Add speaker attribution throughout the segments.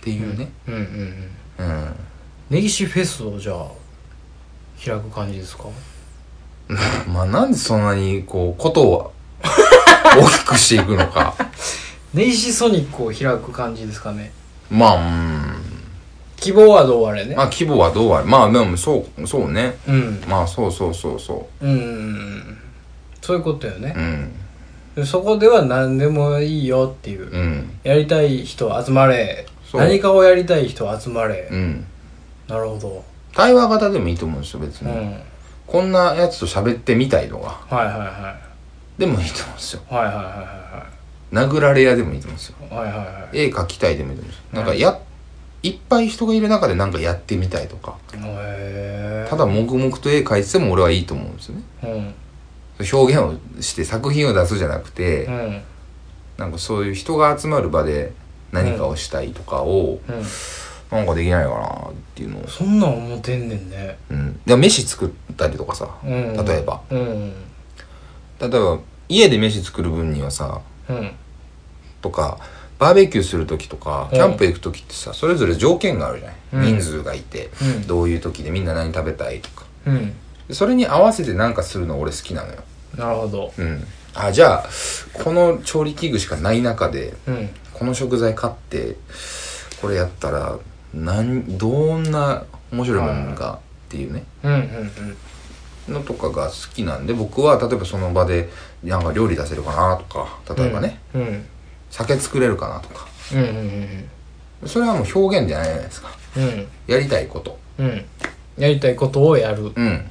Speaker 1: っていうね、
Speaker 2: うんうんうん
Speaker 1: うん
Speaker 2: 根岸フェスをじゃあ開く感じですか
Speaker 1: まあなんでそんなにこうことを大きくしていくのか
Speaker 2: 根岸ソニックを開く感じですかね
Speaker 1: まあうん
Speaker 2: 希望はどうあれね
Speaker 1: まあ規模はどうあれまあでもそうそうね
Speaker 2: うん
Speaker 1: まあそうそうそうそ
Speaker 2: うんうんうんそういうことよ
Speaker 1: う
Speaker 2: ね
Speaker 1: う、ん
Speaker 2: でそこでは何でもいいよっていう、
Speaker 1: うん
Speaker 2: やりたい人集まれ
Speaker 1: そう
Speaker 2: 何かをやりたい人集まれ、
Speaker 1: うん
Speaker 2: なるほど
Speaker 1: 対話型でもいいと思うんですよ別
Speaker 2: うん、
Speaker 1: に、
Speaker 2: はい
Speaker 1: こんなやつと喋ってみたいとか
Speaker 2: はいはい
Speaker 1: でもいいと思うんですよ
Speaker 2: はいはいは
Speaker 1: 殴られ屋でもいいと思うんですよ
Speaker 2: いはいはいはいはいはい
Speaker 1: 絵描きたいでもいいと思うんですよなんかやいっぱい人がいる中でなんかやってみたいとか
Speaker 2: へ
Speaker 1: ただ黙々と絵描いてても俺はいいと思うんですよね
Speaker 2: えうん
Speaker 1: 表現をして作品を出すじゃなくて、
Speaker 2: うん
Speaker 1: なんかそういう人が集まる場で何かをしたいとかを、
Speaker 2: うん
Speaker 1: なんかできないかなっていうのを、
Speaker 2: そんなん思ってんねんね
Speaker 1: うん、で飯作ったりとかさ、
Speaker 2: うん
Speaker 1: 例えば
Speaker 2: うん
Speaker 1: 例えば家で飯作る分にはさ
Speaker 2: うん
Speaker 1: とかバーベキューする時とか
Speaker 2: うん
Speaker 1: キャンプ行く時ってさそれぞれ条件があるじゃない、
Speaker 2: うん
Speaker 1: 人数がいて、
Speaker 2: うん
Speaker 1: どういう時でみんな何食べたいとか
Speaker 2: うん
Speaker 1: でそれに合わせて何かするの俺好きなのよ
Speaker 2: なるほど
Speaker 1: うんあじゃあこの調理器具しかない中で
Speaker 2: うん
Speaker 1: この食材買ってこれやったらなんどんな面白いものがっていうね
Speaker 2: うんうんうん
Speaker 1: のとかが好きなんで僕は例えばその場でなんか料理出せるかなとか例えばね、
Speaker 2: うん
Speaker 1: 酒作れるかなとか
Speaker 2: うんうんうん
Speaker 1: それはもう表現じゃないじゃないですか
Speaker 2: うん
Speaker 1: やりたいこと
Speaker 2: うんやりたいことをやるっ
Speaker 1: うん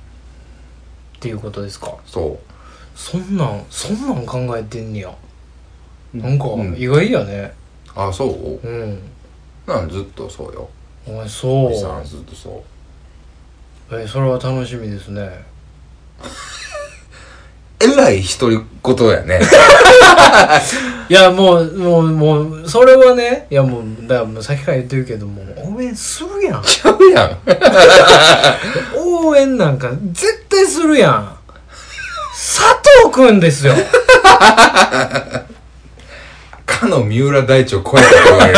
Speaker 2: ていうことですか
Speaker 1: そ
Speaker 2: そんなんそんなん考えてんねや
Speaker 1: う
Speaker 2: なんか
Speaker 1: うん
Speaker 2: 意外やね
Speaker 1: あそう
Speaker 2: うん
Speaker 1: なんずっとそうよ
Speaker 2: お前そう
Speaker 1: おじさんずっとそう
Speaker 2: えそれは楽しみですね
Speaker 1: えらい独り言やね
Speaker 2: いやもうもうもうそれはねいやもうだからもう先から言ってるけどもう応援するやん
Speaker 1: ちゃうや ん
Speaker 2: 応援なんか絶対するやん佐藤くんですよ
Speaker 1: かの三浦大知を超えたと言 われる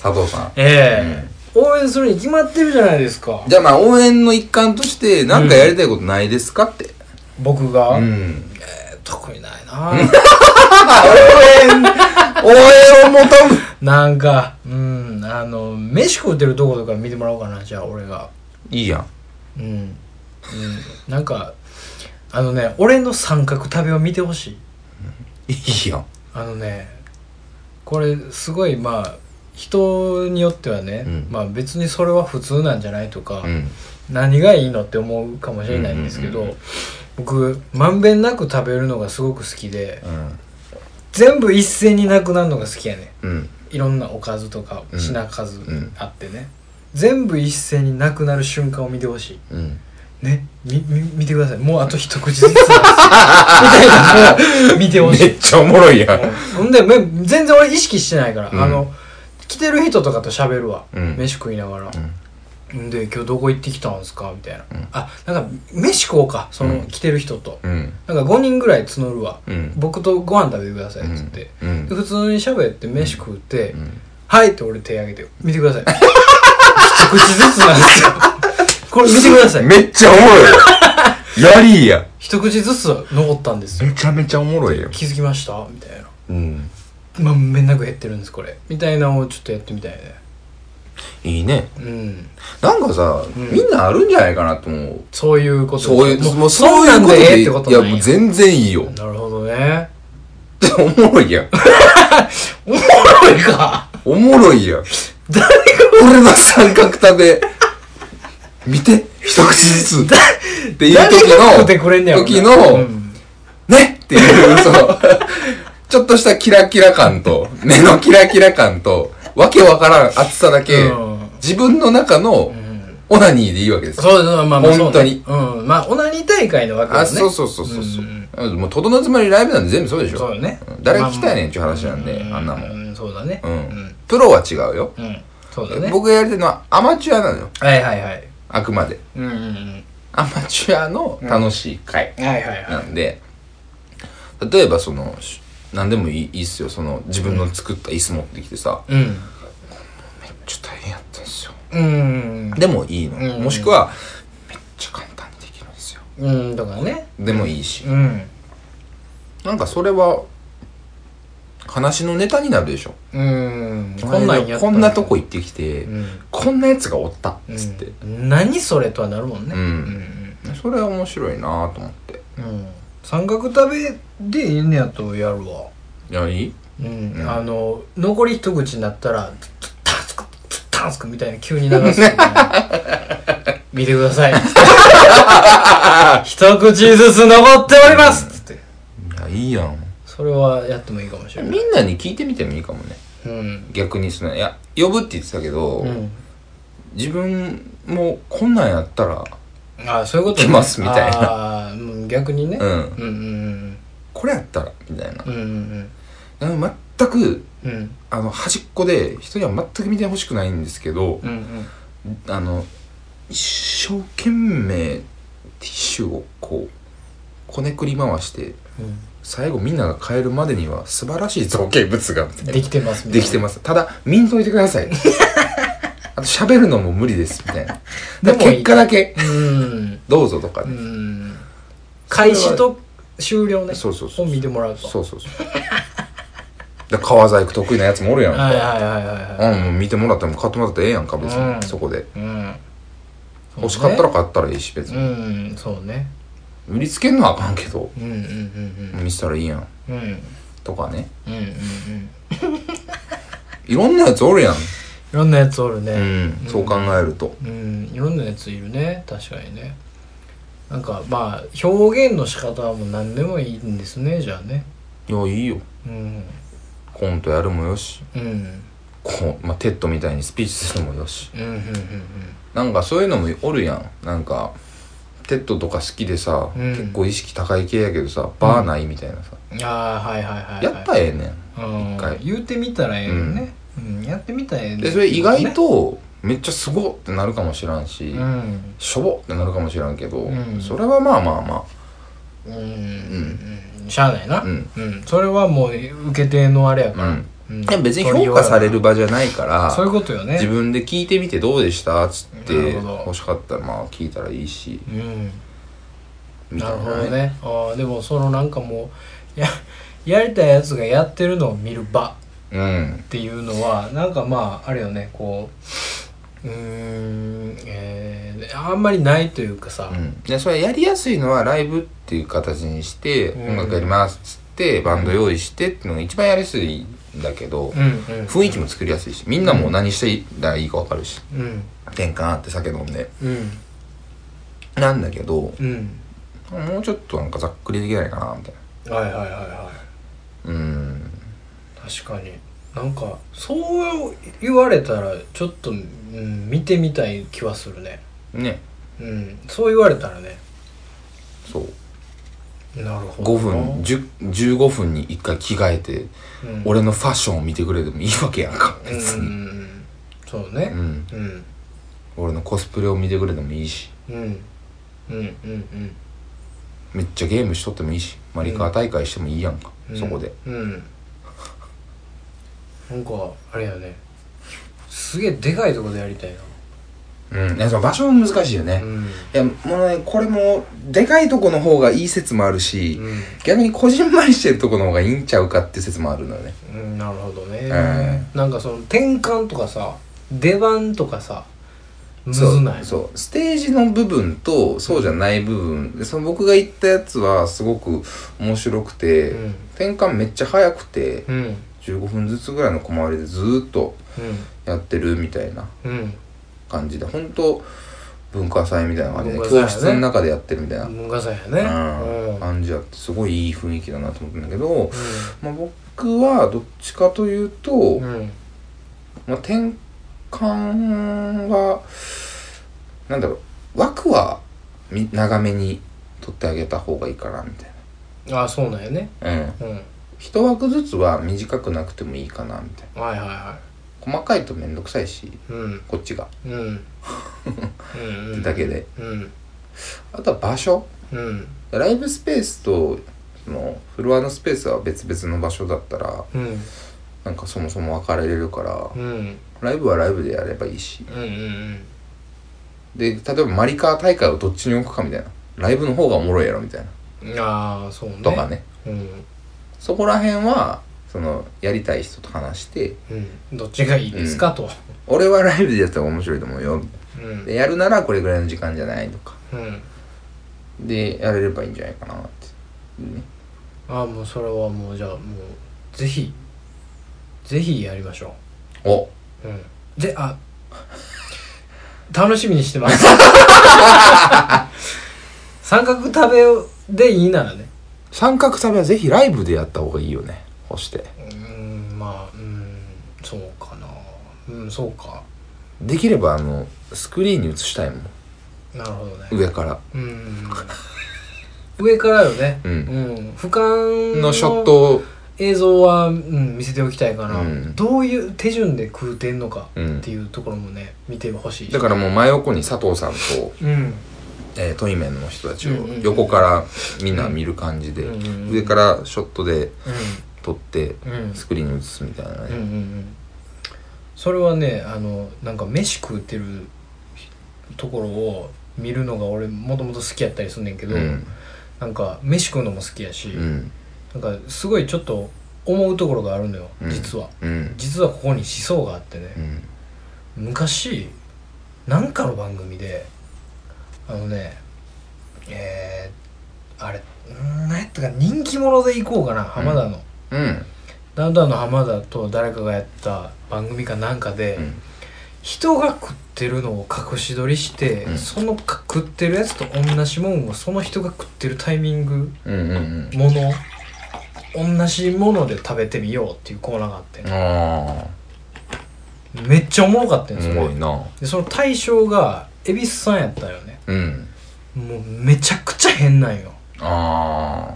Speaker 1: 佐藤さん
Speaker 2: ええ応援するに決まってるじゃないですか
Speaker 1: じゃあまあ応援の一環として何かやりたいことないですかって。
Speaker 2: 僕が、
Speaker 1: うん。
Speaker 2: 特にない な
Speaker 1: 応援を求む
Speaker 2: なんかうんあの飯食うてるとことか見てもらおうかなじゃあ俺が
Speaker 1: いいやん。
Speaker 2: うん、うん、なんかあのね俺の三角食べを見てほしい
Speaker 1: いいやん。
Speaker 2: あのねこれすごいまあ人によってはね、
Speaker 1: うん
Speaker 2: まあ別にそれは普通なんじゃないとか、
Speaker 1: うん。
Speaker 2: 何がいいのって思うかもしれないんですけど、
Speaker 1: うんうん
Speaker 2: 僕まんべんなく食べるのがすごく好きで
Speaker 1: うん。
Speaker 2: 全部一斉になくなるのが好きやね
Speaker 1: うん。
Speaker 2: いろんなおかずとか
Speaker 1: うん
Speaker 2: 品数
Speaker 1: ん
Speaker 2: あってね、全部一斉になくなる瞬間を見てほし
Speaker 1: うん。
Speaker 2: いねみみ見てくださいもうあと一口 ずつみたいなのを見てほし
Speaker 1: め
Speaker 2: い
Speaker 1: っちゃおもろいやん。
Speaker 2: ほんでめ全然俺意識してないから、
Speaker 1: うん
Speaker 2: あの来てる人とかと喋るわ、
Speaker 1: うん
Speaker 2: 飯食いながら、
Speaker 1: うん
Speaker 2: んで今日どこ行ってきたんすかみたいな、
Speaker 1: うん
Speaker 2: あなんか飯食おうかその、
Speaker 1: うん
Speaker 2: 来てる人と
Speaker 1: うん。
Speaker 2: なんか5人ぐらい募るわ、
Speaker 1: うん。
Speaker 2: 僕とご飯食べてくださいっつって、
Speaker 1: うん
Speaker 2: で。普通に喋って飯食って、
Speaker 1: うん。
Speaker 2: はいって俺手挙げてよ見てください一口ずつなんですよこれ見てください
Speaker 1: めっちゃおもろ いやん。やりいや。
Speaker 2: 一口ずつ残ったんですよ
Speaker 1: めちゃめちゃおもろいやん。
Speaker 2: 気づきましたみたいな
Speaker 1: うん。
Speaker 2: まんべんなく減ってるんですこれみたいなのをちょっとやってみたいね
Speaker 1: いいね。
Speaker 2: うん
Speaker 1: なんかさ、
Speaker 2: ん
Speaker 1: みんなあるんじゃないかなと思う。
Speaker 2: そういうこと
Speaker 1: そういう、
Speaker 2: も
Speaker 1: も
Speaker 2: う
Speaker 1: う
Speaker 2: そ
Speaker 1: そうう
Speaker 2: ないん
Speaker 1: う
Speaker 2: で
Speaker 1: こと
Speaker 2: ええ
Speaker 1: で、
Speaker 2: っ
Speaker 1: い
Speaker 2: てこと
Speaker 1: や、
Speaker 2: なんや
Speaker 1: もう全然いいよ。
Speaker 2: なるほどね
Speaker 1: おもろいやん。
Speaker 2: おもろいか
Speaker 1: おもろいやん。
Speaker 2: 誰
Speaker 1: 俺の三角食べ見て一口ずつっていう
Speaker 2: 誰
Speaker 1: 時
Speaker 2: が食
Speaker 1: の
Speaker 2: ってくれんねやろ
Speaker 1: 時の、
Speaker 2: うん
Speaker 1: ねっていうそのちょっとしたキラキラ感と目のキラキラ感とわけわからん熱さだけ、
Speaker 2: うん
Speaker 1: 自分の中の
Speaker 2: うん
Speaker 1: オナニーでいいわけですよ、
Speaker 2: そうそうまあまあそうね
Speaker 1: 本当に
Speaker 2: うんまあオナニー大会のわけだ
Speaker 1: あ
Speaker 2: ね
Speaker 1: そうそうそうそうそううんもうとどのつまりライブなんで全部そうでしょ
Speaker 2: そうよね
Speaker 1: うん誰が聞きたいねんっていう話なんで、あんなもん、
Speaker 2: んそうだね
Speaker 1: うん、プロは違うよ、
Speaker 2: うん、うん、そうだね
Speaker 1: 僕がやりたいのはアマチュアなのよ
Speaker 2: はいはいはい
Speaker 1: あくまで
Speaker 2: うんうんうん
Speaker 1: アマチュアの楽しい会、
Speaker 2: はいはいは
Speaker 1: ないんで、例えばその、し何でもいいいいっすよ。その、自分の作った椅子持ってきてさ、
Speaker 2: うん
Speaker 1: ちょっと
Speaker 2: うん。
Speaker 1: でもいいの。
Speaker 2: うん
Speaker 1: もしくは、めっちゃ簡単にできるんですよ。
Speaker 2: うん、だからね。
Speaker 1: でもいいし。
Speaker 2: うん。
Speaker 1: なんかそれは、話のネタになるでしょ。
Speaker 2: うん。こんなんやった
Speaker 1: こ
Speaker 2: ら
Speaker 1: んなとこ行ってきて、
Speaker 2: うん。
Speaker 1: こんなやつがおった
Speaker 2: う
Speaker 1: っ
Speaker 2: ん
Speaker 1: つって。
Speaker 2: 何それとはなるもんね。
Speaker 1: うん
Speaker 2: うん。
Speaker 1: それは面白いなと思って。
Speaker 2: うん。三角食べでいいねやとやるわ。
Speaker 1: いや、いい
Speaker 2: うん
Speaker 1: うん
Speaker 2: あの残り一口になったら「ツッタンスクツッタンスク」みたいな急に流すみたいな見てください一口ずつ残っておりますつって
Speaker 1: いや、いいやん。
Speaker 2: それはやってもいいかもしれない
Speaker 1: みんなに聞いてみてもいいかもね。
Speaker 2: うん
Speaker 1: 逆にその、いや、呼ぶって言ってたけど、
Speaker 2: うん
Speaker 1: 自分もこんなんやったら、
Speaker 2: ああそういうこ
Speaker 1: い
Speaker 2: と
Speaker 1: けますみたいな
Speaker 2: なあーうん逆にね
Speaker 1: う、ん、
Speaker 2: うん、うん
Speaker 1: これやったら、みたいな
Speaker 2: うんうんうん
Speaker 1: うん。全く、
Speaker 2: うんうん
Speaker 1: あの、端っこで、人には全く見てほしくないんですけど、
Speaker 2: うんうん
Speaker 1: あの、一生懸命、ティッシュをこう、こねくり回して、最後みんなが帰るまでには素晴らしい造形物が、
Speaker 2: うんできてますみた
Speaker 1: で
Speaker 2: いな
Speaker 1: きてます。ただ、見んといてくだ さい。あと喋るのも無理です、みたいな。で
Speaker 2: でも
Speaker 1: も
Speaker 2: いい
Speaker 1: 結果だけ、
Speaker 2: うん
Speaker 1: どうぞとか
Speaker 2: う
Speaker 1: ね。
Speaker 2: ん開始と終了ね
Speaker 1: そうそうそう
Speaker 2: を見てもらうと
Speaker 1: そうそうそう。 で、革細工得意なやつもおるやん
Speaker 2: はい
Speaker 1: か。
Speaker 2: はいはいはいはい
Speaker 1: うん、もう見てもらっても買ってもらってええやんか、別
Speaker 2: うん
Speaker 1: に。そこで。
Speaker 2: うん
Speaker 1: 欲しかったら買ったらいいし、別
Speaker 2: う
Speaker 1: に。
Speaker 2: んうんそうね
Speaker 1: 売りつけんのはあかんけど、
Speaker 2: うんうんうん
Speaker 1: 見せたらいいやん。
Speaker 2: うんうん
Speaker 1: とかね。
Speaker 2: うんうんうん
Speaker 1: いろんなやつおるやん。
Speaker 2: いろんなやつおる
Speaker 1: う
Speaker 2: ね
Speaker 1: ん、そう考えると。
Speaker 2: うん、いろんなやついるね確かにねなんかまあ表現の仕方はもう何でもいいんですねじゃあね
Speaker 1: いや、いいよ。
Speaker 2: うん
Speaker 1: コントやるもよし。
Speaker 2: うんうん
Speaker 1: こう、まあ、テッドみたいにスピーチするもよし。
Speaker 2: うんうん
Speaker 1: なんかそういうのもおるやん。なんか、テッドとか好きでさ、
Speaker 2: うん
Speaker 1: 結構意識高い系やけどさ、バーないみたいなさ。
Speaker 2: うんああはいはいはい、はい、
Speaker 1: やったらええねん。
Speaker 2: うん
Speaker 1: 一回
Speaker 2: 言うてみたらええよね、うんやってみたらええね
Speaker 1: で、それ意外と、めっちゃすごってなるかもしらんし、
Speaker 2: うん
Speaker 1: しょぼってなるかもしらんけど、
Speaker 2: うん
Speaker 1: それはまあまあま
Speaker 2: うん、うん、しゃあないな
Speaker 1: あ、うん。
Speaker 2: うん、それはもう受け手のあれや
Speaker 1: う
Speaker 2: から、
Speaker 1: ん。
Speaker 2: うん
Speaker 1: でも別に評価される場じゃないから、
Speaker 2: そういうことよね
Speaker 1: 自分で聞いてみてどうでしたつって
Speaker 2: なるほど
Speaker 1: 欲しかったらまあ聞いたらいいし
Speaker 2: うん
Speaker 1: みた
Speaker 2: なる
Speaker 1: い
Speaker 2: ほ
Speaker 1: な
Speaker 2: どねああでもそのなんかもう ややりたいやつがやってるのを見る場っ
Speaker 1: うん
Speaker 2: ていうのはなんかまああれよねこううーん、えー、あんまりないというかさ、
Speaker 1: うんでそれやりやすいのはライブっていう形にして、
Speaker 2: うん
Speaker 1: 音楽やりますっつってバンド用意してっていうのが一番やりやすいんだけど、
Speaker 2: うんうん
Speaker 1: 雰囲気も作りやすいしみんなもう何してたらいいか分かるし
Speaker 2: うん
Speaker 1: 転換あって酒飲んで
Speaker 2: うん
Speaker 1: なんだけど
Speaker 2: うん
Speaker 1: もうちょっとなんかざっくりできないかなみたいな
Speaker 2: はいはいはいはい
Speaker 1: うん
Speaker 2: 確かになんかそう言われたらちょっと、うん、見てみたい気はするね
Speaker 1: ね
Speaker 2: うんそう言われたらね
Speaker 1: そう
Speaker 2: なるほど
Speaker 1: 5分10 15分に1回着替えて
Speaker 2: うん
Speaker 1: 俺のファッションを見てくれてもいいわけやんか
Speaker 2: うん
Speaker 1: 別
Speaker 2: う
Speaker 1: に、
Speaker 2: んそう
Speaker 1: う
Speaker 2: ね
Speaker 1: ん、
Speaker 2: うん
Speaker 1: 俺のコスプレを見てくれてもいいし
Speaker 2: うんうんうんうん
Speaker 1: めっちゃゲームしとってもいいしマリカー大会してもいいやんか、
Speaker 2: うん
Speaker 1: そこで
Speaker 2: うんなんかあれやねすげえでかいとこでやりたい
Speaker 1: うんいやその場所も難しいよね、
Speaker 2: なう
Speaker 1: い
Speaker 2: ん
Speaker 1: やもうねこれもでかいとこの方がいい説もあるし、
Speaker 2: うん、
Speaker 1: 逆にこじんまりしてるとこの方がいいんちゃうかって説もあるのよね
Speaker 2: うん、なるほどね、
Speaker 1: え
Speaker 2: なんかその転換とかさ出番とかさむ
Speaker 1: そう
Speaker 2: ずない
Speaker 1: そうステージの部分とそうじゃない部分でその僕が言ったやつはすごく面白くて、
Speaker 2: うん
Speaker 1: 転換めっちゃ早くて
Speaker 2: うん
Speaker 1: 15分ずつぐらいの小回りでずーっとやってるみたいな
Speaker 2: うんうん
Speaker 1: 感じで本当文化祭みたいな感じで
Speaker 2: 文化祭
Speaker 1: 教
Speaker 2: やね
Speaker 1: 室の中でやってるみたいな、
Speaker 2: 文化祭やね
Speaker 1: うん
Speaker 2: うん
Speaker 1: 感じあってすごいいい雰囲気だなと思ったんだけど、まあ、僕はどっちかというと、
Speaker 2: うん
Speaker 1: まあ、転換はなんだろう枠はみ長めに取ってあげた方がいいかなみたい
Speaker 2: あそうなんやね
Speaker 1: なうん
Speaker 2: うん
Speaker 1: 一枠ずつは短くなくてもいいかなみたいな
Speaker 2: はいはいは
Speaker 1: 細かいとめんどくさいし
Speaker 2: いうん
Speaker 1: こっちが
Speaker 2: うんうんうん
Speaker 1: だけで
Speaker 2: うん
Speaker 1: あとは場所
Speaker 2: うん
Speaker 1: ライブスペースとそのフロアのスペースは別々の場所だったら
Speaker 2: うん
Speaker 1: なんかそもそも分かれれるから
Speaker 2: うんうん
Speaker 1: ライブはライブでやればいいし
Speaker 2: うんうん
Speaker 1: で例えばマリカー大会をどっちに置くかみたいなライブの方がおもろいやろみたいな
Speaker 2: ああそうね
Speaker 1: とかね
Speaker 2: うん
Speaker 1: そこら辺はそのやりたい人と話して
Speaker 2: うんどっちがいいですかと
Speaker 1: 俺はライブでやった方が面白いと思うよみたい
Speaker 2: うん
Speaker 1: なでやるならこれぐらいの時間じゃないとか
Speaker 2: うん
Speaker 1: でやれればいいんじゃないかなって、ね、
Speaker 2: ああもうそれはもうじゃあもうぜひぜひやりましょ
Speaker 1: お
Speaker 2: ううんであ楽しみにして ます三角食べでいいならね
Speaker 1: 三角食べはぜひライブでやった方がいいよね干して
Speaker 2: うんまあうんそうかなうんそうか
Speaker 1: できればあのスクリーンに映したいもん
Speaker 2: なるほどね
Speaker 1: 上から
Speaker 2: うん上からよね
Speaker 1: うん
Speaker 2: うん、俯瞰
Speaker 1: のショットを
Speaker 2: 映像は、うん、見せておきたいから、
Speaker 1: うん
Speaker 2: どういう手順で食うてんのか
Speaker 1: うん
Speaker 2: っていうところもね見てほしい
Speaker 1: だからもう真横に佐藤さんと、
Speaker 2: うん
Speaker 1: えー、トイメンの人たち
Speaker 2: うん
Speaker 1: を
Speaker 2: うんうん
Speaker 1: 横からみんな見る感じで、
Speaker 2: うんうんうん
Speaker 1: 上からショットで
Speaker 2: う
Speaker 1: 撮って
Speaker 2: んうん
Speaker 1: スクリーンに映すみたいな
Speaker 2: うんうんう
Speaker 1: ね、
Speaker 2: んそれはねあのなんか飯食うてるところを見るのが俺もともと好きやったりすんねんけど、
Speaker 1: うん
Speaker 2: なんか飯食うのも好きやし、
Speaker 1: うん
Speaker 2: なんかすごいちょっと思うところがあるのよ、
Speaker 1: うん
Speaker 2: 実は
Speaker 1: うん
Speaker 2: 実はここに思想があってね、
Speaker 1: うん
Speaker 2: 昔なんかの番組であのねえー、あれんー何やったか人気者で行こうかな浜田の、
Speaker 1: うん
Speaker 2: ダウンタウンの浜田と誰かがやった番組かなんかで、
Speaker 1: うん
Speaker 2: 人が食ってるのを隠し撮りして、
Speaker 1: うん
Speaker 2: そのか食ってるやつと同じもんをその人が食ってるタイミング
Speaker 1: うんうん
Speaker 2: もの同じもので食べてみようっていうコーナーがあって
Speaker 1: うん、ああ
Speaker 2: めっちゃおもろかったんです
Speaker 1: す
Speaker 2: よ
Speaker 1: ごいな
Speaker 2: でその対象が恵比寿さんやったよね
Speaker 1: うん
Speaker 2: もうめちゃくちゃ変なんよ
Speaker 1: あ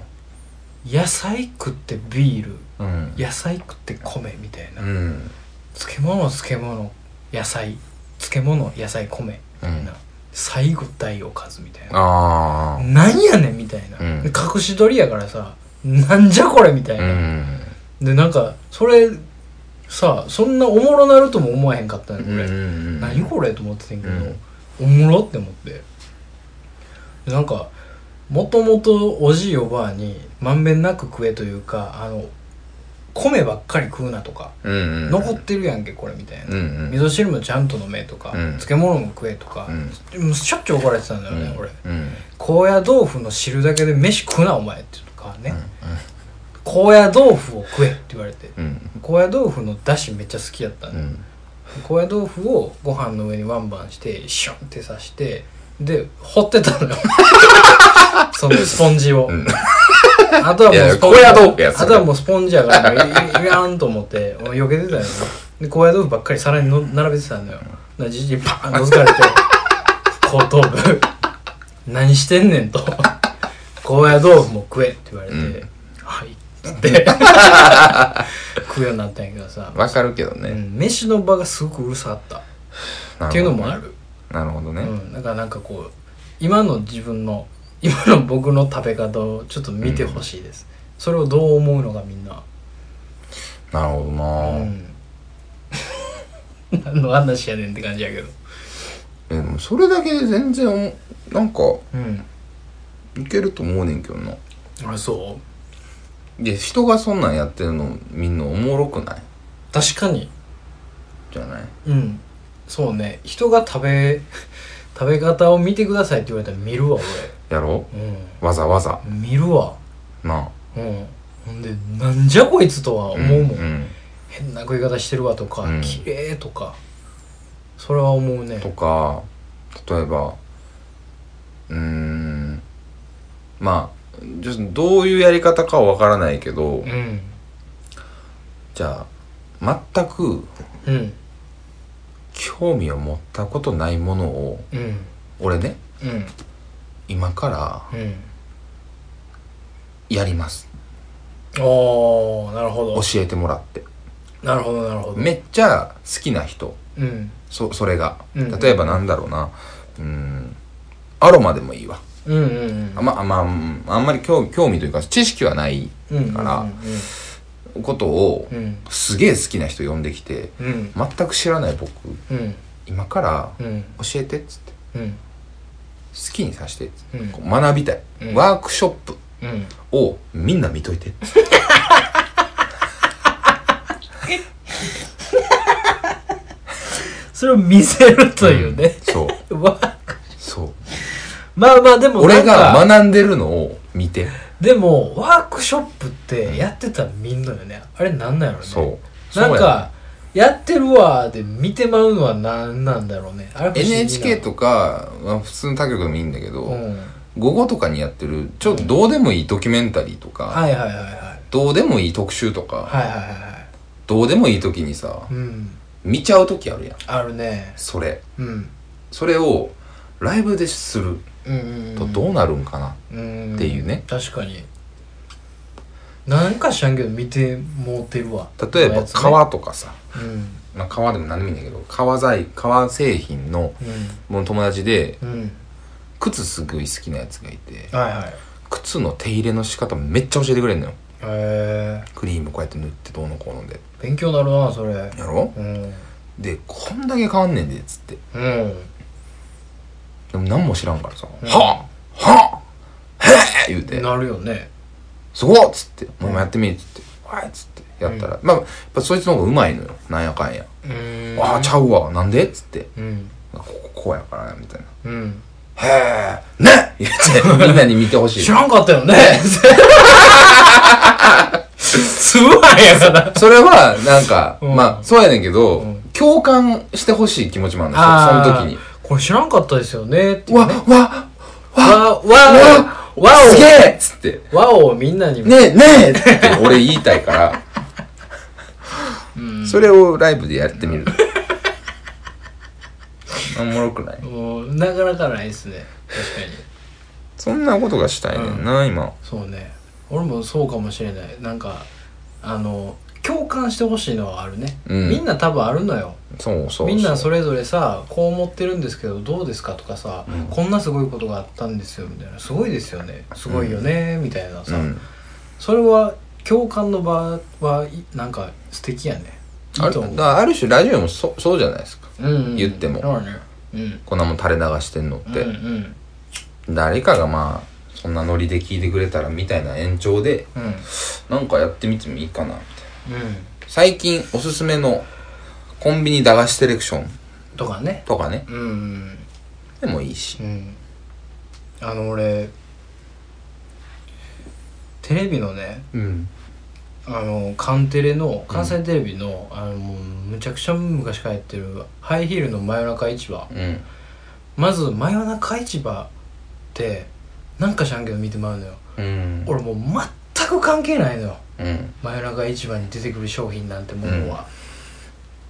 Speaker 2: 野菜食ってビール
Speaker 1: あうん
Speaker 2: 野菜食って米みたいな、
Speaker 1: うん
Speaker 2: 漬物漬物野菜漬物野菜米
Speaker 1: う
Speaker 2: みたい
Speaker 1: ん
Speaker 2: な、最後大おかずみたいな
Speaker 1: ああ
Speaker 2: なんやねんみたいな、
Speaker 1: うん
Speaker 2: で隠し撮りやからさなんじゃこれみたいうな、
Speaker 1: ん
Speaker 2: でなんかそれさそんなおもろなるとも思わへんかったの
Speaker 1: う
Speaker 2: 俺、
Speaker 1: ん
Speaker 2: 何これと思っててんけど、
Speaker 1: うん
Speaker 2: おもろって思ってでなんかもともとおじいおばあにまんべんなく食えというかあの米ばっかり食うなとか、
Speaker 1: うんうん
Speaker 2: 残ってるやんけこれみたいな、
Speaker 1: うんうん
Speaker 2: 味噌汁もちゃんと飲めとか、
Speaker 1: うん
Speaker 2: 漬物も食えとか、もうしょっちゅう怒られてたんだよね、俺
Speaker 1: うん
Speaker 2: 高野豆腐の汁だけで飯食うなお前ってとかね、
Speaker 1: うん
Speaker 2: 高野豆腐を食えって言われて
Speaker 1: うん
Speaker 2: 高野豆腐のだしめっちゃ好きやったん
Speaker 1: う
Speaker 2: で、
Speaker 1: ん
Speaker 2: 高野豆腐をご飯の上にワンバンしてシュンって刺してで掘ってた のよそのスポンジを、
Speaker 1: うん
Speaker 2: あとはもうスポン
Speaker 1: い
Speaker 2: ジ
Speaker 1: や高野豆腐やそれ
Speaker 2: あとはもうスポンジやからもういいらんと思ってもう避けてたのよで高野豆腐ばっかり皿にの並べてたのよなじじいパーンのぞか れて後頭部何してんねんと高野豆腐も食えって言われて、
Speaker 1: うん
Speaker 2: はいっつって 食うようになったんやけどさ
Speaker 1: わかるけど
Speaker 2: う
Speaker 1: ね
Speaker 2: ん、飯の場がすごくうるさかったっていうのもある、
Speaker 1: なるほど
Speaker 2: う
Speaker 1: ね
Speaker 2: ん、だからなんかこう今の自分の今の僕の食べ方をちょっと見てほしいです、それをどう思うのがみんな、
Speaker 1: なるほど
Speaker 2: う
Speaker 1: な、
Speaker 2: ん、 何の話やねんって感じやけど、
Speaker 1: えでもそれだけで全然おもなんか
Speaker 2: うん、
Speaker 1: いけると思うねんけどな
Speaker 2: あそ
Speaker 1: で人がそんなんやってるのみんなおもろくないう
Speaker 2: 確かに
Speaker 1: じゃない
Speaker 2: うんそうね人が食べ 食べ方を見てくださいって言われたら見るわ
Speaker 1: やろ
Speaker 2: 俺、
Speaker 1: わざわざ
Speaker 2: うん、見るわ
Speaker 1: な
Speaker 2: うんほんでなんじゃこいつとは
Speaker 1: あ
Speaker 2: 思うもん
Speaker 1: ん
Speaker 2: 変な食い方してるわとか、
Speaker 1: うん
Speaker 2: 綺麗とかそれは思うね
Speaker 1: とか例えばうーんまあちょっとどういうやり方かはわからないけど、
Speaker 2: うん
Speaker 1: じゃあ全く
Speaker 2: うん
Speaker 1: 興味を持ったことないものを
Speaker 2: うん
Speaker 1: 俺ね
Speaker 2: うん
Speaker 1: 今から
Speaker 2: うん
Speaker 1: やります
Speaker 2: おーなるほ
Speaker 1: 教
Speaker 2: ど
Speaker 1: えてもらって
Speaker 2: なるほどなるほど
Speaker 1: めっちゃ好きな人
Speaker 2: うん
Speaker 1: そそれが
Speaker 2: うん
Speaker 1: 例えばなんだろうなうーんアロマでもいいわ
Speaker 2: うんうんうん
Speaker 1: あまあまあうんあんまり興興味というか知識はない
Speaker 2: うん
Speaker 1: から
Speaker 2: うんうん
Speaker 1: ことを
Speaker 2: うん
Speaker 1: すげえ好きな人呼んできて
Speaker 2: うん
Speaker 1: 全く知らない僕
Speaker 2: うん
Speaker 1: 今から
Speaker 2: うん
Speaker 1: 教えてっつって
Speaker 2: うん
Speaker 1: 好きにさせてっつって
Speaker 2: うん
Speaker 1: こう学びたい、
Speaker 2: うん
Speaker 1: ワークショップ
Speaker 2: うん
Speaker 1: をみんな見といて
Speaker 2: それを見せるというね、
Speaker 1: そう
Speaker 2: わ
Speaker 1: そう
Speaker 2: まあまあで もな
Speaker 1: 俺
Speaker 2: んか
Speaker 1: が学んでるのを見て
Speaker 2: でもワークショップってやってたら見んのよねあれなんなんやろね
Speaker 1: そう
Speaker 2: なん
Speaker 1: そうや
Speaker 2: かやってるわーで見てまうのは何なんだろうねあれ不
Speaker 1: ね
Speaker 2: 思議な
Speaker 1: NHK とか、まあ、普通の他局でもいいんだけど、
Speaker 2: うん
Speaker 1: 午後とかにやってるちょっとどうでもいいドキュメンタリーとか、
Speaker 2: はいはいはいはい
Speaker 1: どうでもいい特集とか、
Speaker 2: はいはいはいは
Speaker 1: どうでもいい時にさ
Speaker 2: いうん
Speaker 1: 見ちゃう時あるやん
Speaker 2: あるね
Speaker 1: それ
Speaker 2: うん
Speaker 1: それをライブでする
Speaker 2: うんうんうん
Speaker 1: とどうなるんかな、
Speaker 2: っ
Speaker 1: っていうね
Speaker 2: 確かになんか知らんけど見てもうてるわ
Speaker 1: 例えば
Speaker 2: やつね
Speaker 1: 革とかさ、
Speaker 2: うん
Speaker 1: まあ、革でも何でもいいんだけど革材革製品のもう友達で
Speaker 2: うんうん
Speaker 1: 靴すごい好きなやつがいて
Speaker 2: はいはい
Speaker 1: 靴の手入れの仕方めっちゃ教えてくれんのよ
Speaker 2: え
Speaker 1: クリームこうやって塗ってどうのこうので
Speaker 2: ー、勉強になるなそれ
Speaker 1: やろ
Speaker 2: うん
Speaker 1: でこんだけ変わんねんでっつって
Speaker 2: うん
Speaker 1: でも何も知らんからさ「
Speaker 2: うん
Speaker 1: はあはあへえ!」言うて
Speaker 2: なるよね
Speaker 1: 「すごっ!」つって「もうやってみ」っつって「はい」っつってやったら、まあやっぱそいつの方がうまいのよなんやかんや
Speaker 2: うー
Speaker 1: 「
Speaker 2: ん
Speaker 1: ああちゃうわなんで?」っつって
Speaker 2: うん
Speaker 1: 「こここうやからな」みたいな
Speaker 2: うん
Speaker 1: 「へえね言 ってみんなに見てほしい
Speaker 2: 知らんかったよねすごいやから
Speaker 1: それはなんか、
Speaker 2: うん
Speaker 1: まあそうやねんけど、
Speaker 2: うん
Speaker 1: 共感してほしい気持ちもあるんですよその時に
Speaker 2: あーこれ知らんかったですよねって
Speaker 1: 「
Speaker 2: いう
Speaker 1: わ
Speaker 2: ね
Speaker 1: わ
Speaker 2: わわ
Speaker 1: わ
Speaker 2: わわ
Speaker 1: すげ
Speaker 2: を
Speaker 1: え!」っつって
Speaker 2: わをみんなに
Speaker 1: ねえねえって 俺言いたいから、それをライブでやってみる おもろくない
Speaker 2: もうなかなかないですね確かに
Speaker 1: そんなことがしたいねんな、今
Speaker 2: そうね俺もそうかもしれないなんかあの共感してほしいのはあるね、
Speaker 1: うん
Speaker 2: みんな多分あるのよ
Speaker 1: そうそうそう
Speaker 2: みんなそれぞれさこう思ってるんですけどどうですかとかさ、こんなすごいことがあったんですよみたいなすごいですよねすごいよね、みたいな
Speaker 1: う
Speaker 2: さ、
Speaker 1: ん
Speaker 2: それは共感の場はいなんか素敵やねい
Speaker 1: あ
Speaker 2: い
Speaker 1: る
Speaker 2: と思
Speaker 1: だ
Speaker 2: う
Speaker 1: からある種ラジオもそそうじゃないですか
Speaker 2: うんうん
Speaker 1: 言っても
Speaker 2: そうねうん
Speaker 1: こんなもん垂れ流してんのって、
Speaker 2: うんうん
Speaker 1: 誰かがまあそんなノリで聞いてくれたらみたいな延長で
Speaker 2: うん
Speaker 1: なんかやってみてもいいかなみたいな
Speaker 2: うん
Speaker 1: 最近おすすめのコンビニ駄菓子セレクション
Speaker 2: とかね
Speaker 1: とかね
Speaker 2: うんうん
Speaker 1: でもいいし
Speaker 2: うんあの俺テレビのね
Speaker 1: うん
Speaker 2: あのカンテレの関西テレビの,、あのもうむちゃくちゃ昔からやってるハイヒールの真夜中市場
Speaker 1: うん
Speaker 2: まず真夜中市場ってなんか知らんけど見てもらうのよ
Speaker 1: うん
Speaker 2: 俺もう全く関係ないのよ
Speaker 1: うん
Speaker 2: 真夜中市場に出てくる商品なんてものは、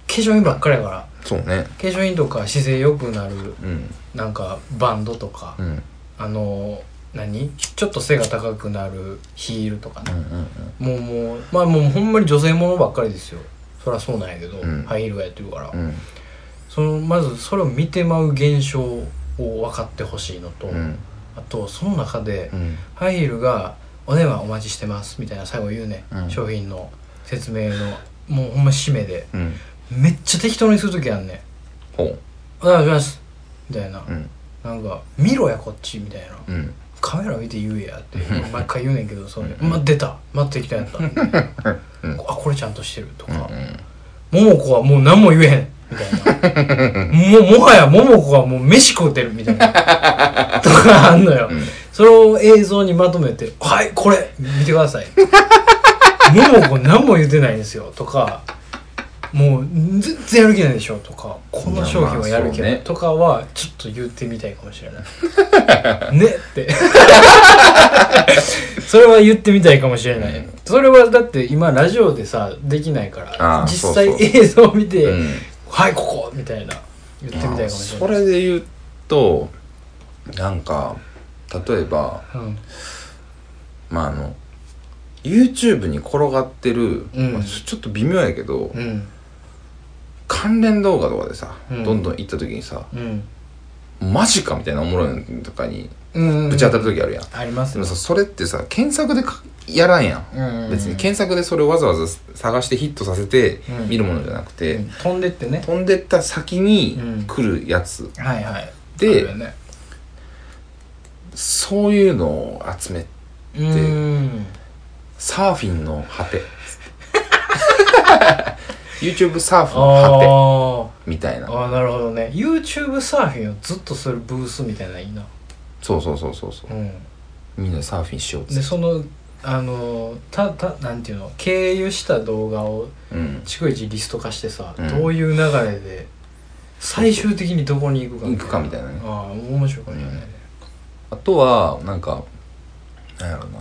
Speaker 2: 化粧品ばっかりやから
Speaker 1: そうね
Speaker 2: 化粧品とか姿勢良くなる
Speaker 1: うん
Speaker 2: なんかバンドとか、
Speaker 1: うんうん
Speaker 2: あの何ちょっと背が高くなるヒールとか
Speaker 1: う
Speaker 2: ね、
Speaker 1: ん
Speaker 2: もうもうまあもうほんまに女性ものばっかりですよそりゃそうなんやけど、
Speaker 1: うん
Speaker 2: ハイヒールがやってるから、
Speaker 1: うん
Speaker 2: そのまずそれを見てまう現象を分かってほしいのと、
Speaker 1: うん
Speaker 2: あとその中で、
Speaker 1: うん
Speaker 2: ハイヒールが「お電話お待ちしてます」みたいな最後言うね、
Speaker 1: うん
Speaker 2: 商品の説明のもうほんま締めで
Speaker 1: うん
Speaker 2: めっちゃ適当にする時あんねん
Speaker 1: ほう
Speaker 2: 「お願いします」みたいな、
Speaker 1: うん
Speaker 2: なんか「見ろやこっち」みたいな
Speaker 1: うん
Speaker 2: カメラ見て言えやって
Speaker 1: うん
Speaker 2: 毎回言うねんけどそれ
Speaker 1: う
Speaker 2: ま、出た待ってきたやったみたいな
Speaker 1: うん
Speaker 2: あこれちゃんとしてると
Speaker 1: う
Speaker 2: か
Speaker 1: ん
Speaker 2: 桃子はもう何も言えへんみたいなもうもはや桃子はもう飯食うてるみた いなとかあんのよ、
Speaker 1: ん
Speaker 2: それを映像にまとめて「はいこれ見てください」「桃子何も言ってないんですよ」とか「もう全然やる気ないでしょ」とか「この商品はやる気ない
Speaker 1: やまあそうね」
Speaker 2: とかはちょっと言ってみたいかもしれ ない。ねってそれは言ってみたいかもしれない、
Speaker 1: うん
Speaker 2: それはだって今ラジオでさできないから
Speaker 1: あー
Speaker 2: 実際
Speaker 1: そうそう
Speaker 2: 映像を見て「
Speaker 1: うん
Speaker 2: はいここ!」みたいな言ってみたいかもしれ
Speaker 1: そ
Speaker 2: ない、
Speaker 1: れで言うとなんか例えば
Speaker 2: うん
Speaker 1: まああの YouTube に転がってる、
Speaker 2: うん
Speaker 1: まあちょっと微妙やけど、
Speaker 2: うん
Speaker 1: 関連動画とかでさ、
Speaker 2: うん
Speaker 1: どんどん行った時にさ
Speaker 2: うん
Speaker 1: マジかみたいなおもろいのとかに
Speaker 2: うんうん
Speaker 1: ぶち当たる時あるやん、
Speaker 2: あります
Speaker 1: で
Speaker 2: よ
Speaker 1: もさそれってさ検索でかやらんやん
Speaker 2: うんうん
Speaker 1: 別に検索でそれをわざわざ探してヒットさせて
Speaker 2: うん
Speaker 1: 見るものじゃなくて、
Speaker 2: うん飛んでってね
Speaker 1: 飛んでった先に
Speaker 2: うん
Speaker 1: 来るやつ、
Speaker 2: はいはい
Speaker 1: で
Speaker 2: あるよね
Speaker 1: そういうのを集め
Speaker 2: うーん
Speaker 1: サーフィンの果 て YouTube サーフの果
Speaker 2: あ
Speaker 1: てみたい
Speaker 2: ー
Speaker 1: な
Speaker 2: あーなるほどね YouTube サーフィンをずっとするブースみたいなのいいな
Speaker 1: そうそうそうそうそう
Speaker 2: うん
Speaker 1: みんなサーフィンしようっつ
Speaker 2: で
Speaker 1: って
Speaker 2: そのあのたたなんていうの経由した動画を
Speaker 1: うん
Speaker 2: 逐一リスト化してさ、
Speaker 1: うん
Speaker 2: どういう流れで最終的にどこに行くか
Speaker 1: 行くかみたいなね
Speaker 2: ああ面白くないよね、
Speaker 1: あとはなんかなんやろな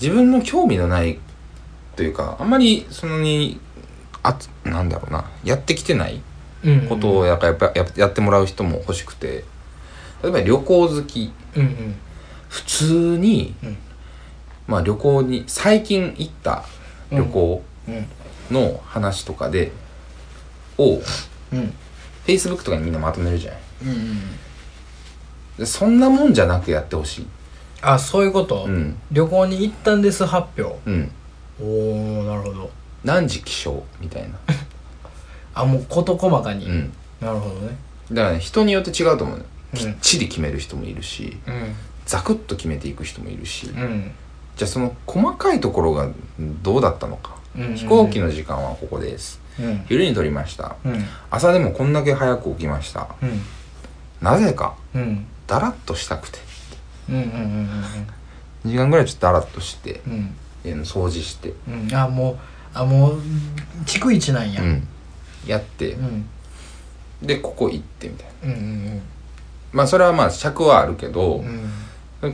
Speaker 1: 自分の興味のないというかあんまりそのにあつなんだろうなやってきてない
Speaker 2: うんうん、
Speaker 1: ことをやっぱやっぱややってもらう人も欲しくて例えば旅行好き
Speaker 2: うんうん
Speaker 1: 普通に、
Speaker 2: うん
Speaker 1: まあ旅行に最近行った旅行
Speaker 2: うん
Speaker 1: の話とかで、を
Speaker 2: うん、
Speaker 1: Facebook とかにみんなまとめるじゃない
Speaker 2: うんうん、
Speaker 1: でそんなもんじゃなくやってほしい
Speaker 2: あそういうこと、
Speaker 1: うん
Speaker 2: 旅行に行ったんです発表
Speaker 1: うん
Speaker 2: おおなるほど
Speaker 1: 何時起床みたいな
Speaker 2: あもう事細かに、
Speaker 1: うん
Speaker 2: なるほどね
Speaker 1: だからね人によって違うと思うの
Speaker 2: う
Speaker 1: きっ
Speaker 2: ん
Speaker 1: ちり決める人もいるし
Speaker 2: うん
Speaker 1: ザクッと決めていく人もいるし、
Speaker 2: うん
Speaker 1: じゃあその細かいところがどうだったのか、
Speaker 2: うん
Speaker 1: 飛行機の時間はここです
Speaker 2: うん
Speaker 1: 昼に撮りました
Speaker 2: うん
Speaker 1: 朝でもこんだけ早く起きました
Speaker 2: うん
Speaker 1: なぜか
Speaker 2: うん
Speaker 1: だらっとしたくて
Speaker 2: うんうんうん
Speaker 1: 2時間ぐらいちょっとだらっとして
Speaker 2: うんうん
Speaker 1: えー掃除して
Speaker 2: うんうんあもうあもう逐一なんや、
Speaker 1: うんやって
Speaker 2: うん
Speaker 1: でここ行ってみたいな
Speaker 2: うんうん
Speaker 1: まあそれはまあ尺はあるけ
Speaker 2: う
Speaker 1: ど
Speaker 2: ん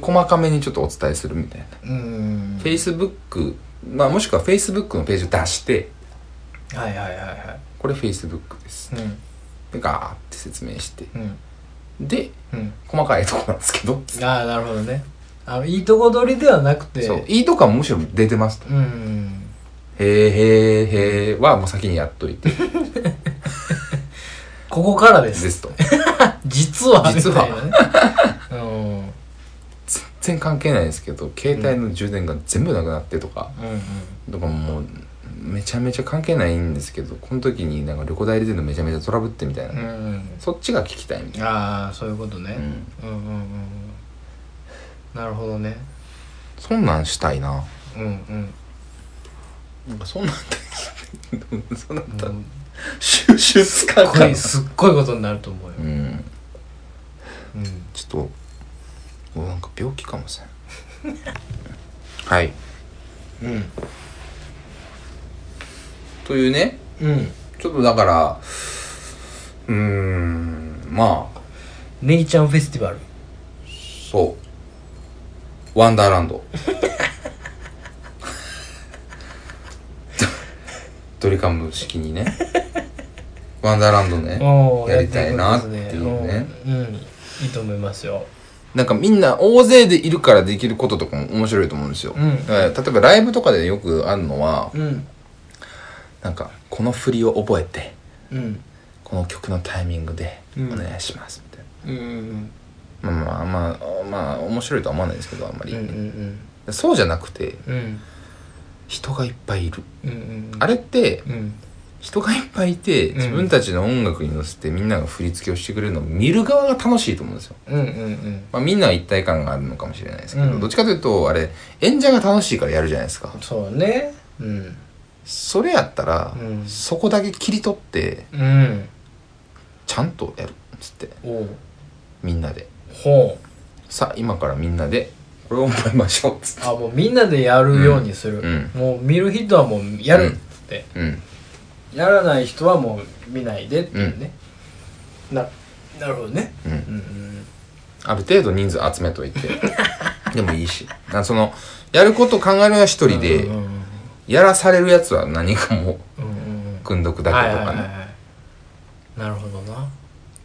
Speaker 1: 細かめにちょっとお伝えするみたいな
Speaker 2: うんうんはい
Speaker 1: Facebook まあもしくは Facebook のページを出して
Speaker 2: はいはいは
Speaker 1: これ Facebook です
Speaker 2: いうん
Speaker 1: でガーって説明して
Speaker 2: うん
Speaker 1: で
Speaker 2: うん
Speaker 1: 細かいとこなんですけど
Speaker 2: ああなるほどねあのいいとこ取りではなくて
Speaker 1: そういいとこはむしろ出てますと
Speaker 2: うんうん
Speaker 1: へーへーへーはもう先にやっといて
Speaker 2: ここからで
Speaker 1: ですす と
Speaker 2: 実は
Speaker 1: 実 は
Speaker 2: みたいなね
Speaker 1: 全然関係ないですけど携帯の充電が全部なくなってとか、
Speaker 2: うんうんうん
Speaker 1: とかもうめちゃめちゃ関係ないんですけどこの時になんか旅行代理店のめちゃめちゃトラブってみたいな、
Speaker 2: うん
Speaker 1: そっちが聞きたいみたい
Speaker 2: ああそういうことね
Speaker 1: な、うん、
Speaker 2: うんうんうんうんなるほどね
Speaker 1: そんなんしたいな
Speaker 2: うん うん
Speaker 1: なんかそんなんそんなんだ
Speaker 2: もう
Speaker 1: 収集つかん
Speaker 2: こ
Speaker 1: か
Speaker 2: れ
Speaker 1: ら
Speaker 2: すっごいことになると思うよ
Speaker 1: う、ん
Speaker 2: うん、
Speaker 1: ちょっともうなんか病気かもしれんはい
Speaker 2: うん
Speaker 1: というね
Speaker 2: うん
Speaker 1: ちょっとだからうーんまあ
Speaker 2: ネギちゃんフェスティバル
Speaker 1: そうワンダーラン ドドリカム式にねワンダーランドね
Speaker 2: おー
Speaker 1: やりたいな
Speaker 2: や
Speaker 1: って
Speaker 2: っ
Speaker 1: いうね
Speaker 2: ていくんですねうんうんいいと思いますよ
Speaker 1: なんかみんな大勢でいるからできることとかも面白いと思うんですよ、
Speaker 2: うん
Speaker 1: だから例えばライブとかでよくあるのは
Speaker 2: うん
Speaker 1: なんかこの振りを覚えて
Speaker 2: うん
Speaker 1: この曲のタイミングでお
Speaker 2: うん
Speaker 1: 願いしますみたい
Speaker 2: うん
Speaker 1: な、
Speaker 2: うん
Speaker 1: まあまあまあまあ面白いとは思わないですけどあんま
Speaker 2: うん
Speaker 1: り、
Speaker 2: うんうん
Speaker 1: そうじゃなくて
Speaker 2: うん
Speaker 1: 人がいっぱいいる、
Speaker 2: うんうん
Speaker 1: あれって、
Speaker 2: うん
Speaker 1: 人がいっぱいいて、
Speaker 2: ん
Speaker 1: 自分たちの音楽に乗せてみんなが振り付けをしてくれるのを見る側が楽しいと思うんですよ。
Speaker 2: うんうんうん
Speaker 1: まあみんなは一体感があるのかもしれないですけど、
Speaker 2: うん
Speaker 1: どっちかというと、あれ、演者が楽しいからやるじゃないですか。
Speaker 2: そうねうん
Speaker 1: それやったら、
Speaker 2: うん
Speaker 1: そこだけ切り取って、
Speaker 2: うん
Speaker 1: ちゃんとやる。つって、
Speaker 2: おう
Speaker 1: みんなで。
Speaker 2: ほう
Speaker 1: さあ、今からみんなで、これを覚えましょう。つって。
Speaker 2: あもうみんなでやるようにする、
Speaker 1: うん
Speaker 2: もう見る人はもうやるっつって、
Speaker 1: うん。
Speaker 2: やらない人はもう見ないでっていうね、ななるほどね
Speaker 1: うん
Speaker 2: うんうん
Speaker 1: ある程度人数集めとい て。でもいいし。あその、やること考えるのは一人で、
Speaker 2: うんうん
Speaker 1: やらされるやつは何かもう、
Speaker 2: うんうん
Speaker 1: くんどくだ
Speaker 2: はい
Speaker 1: け
Speaker 2: はい
Speaker 1: と
Speaker 2: はい
Speaker 1: かね。
Speaker 2: はいなるほどな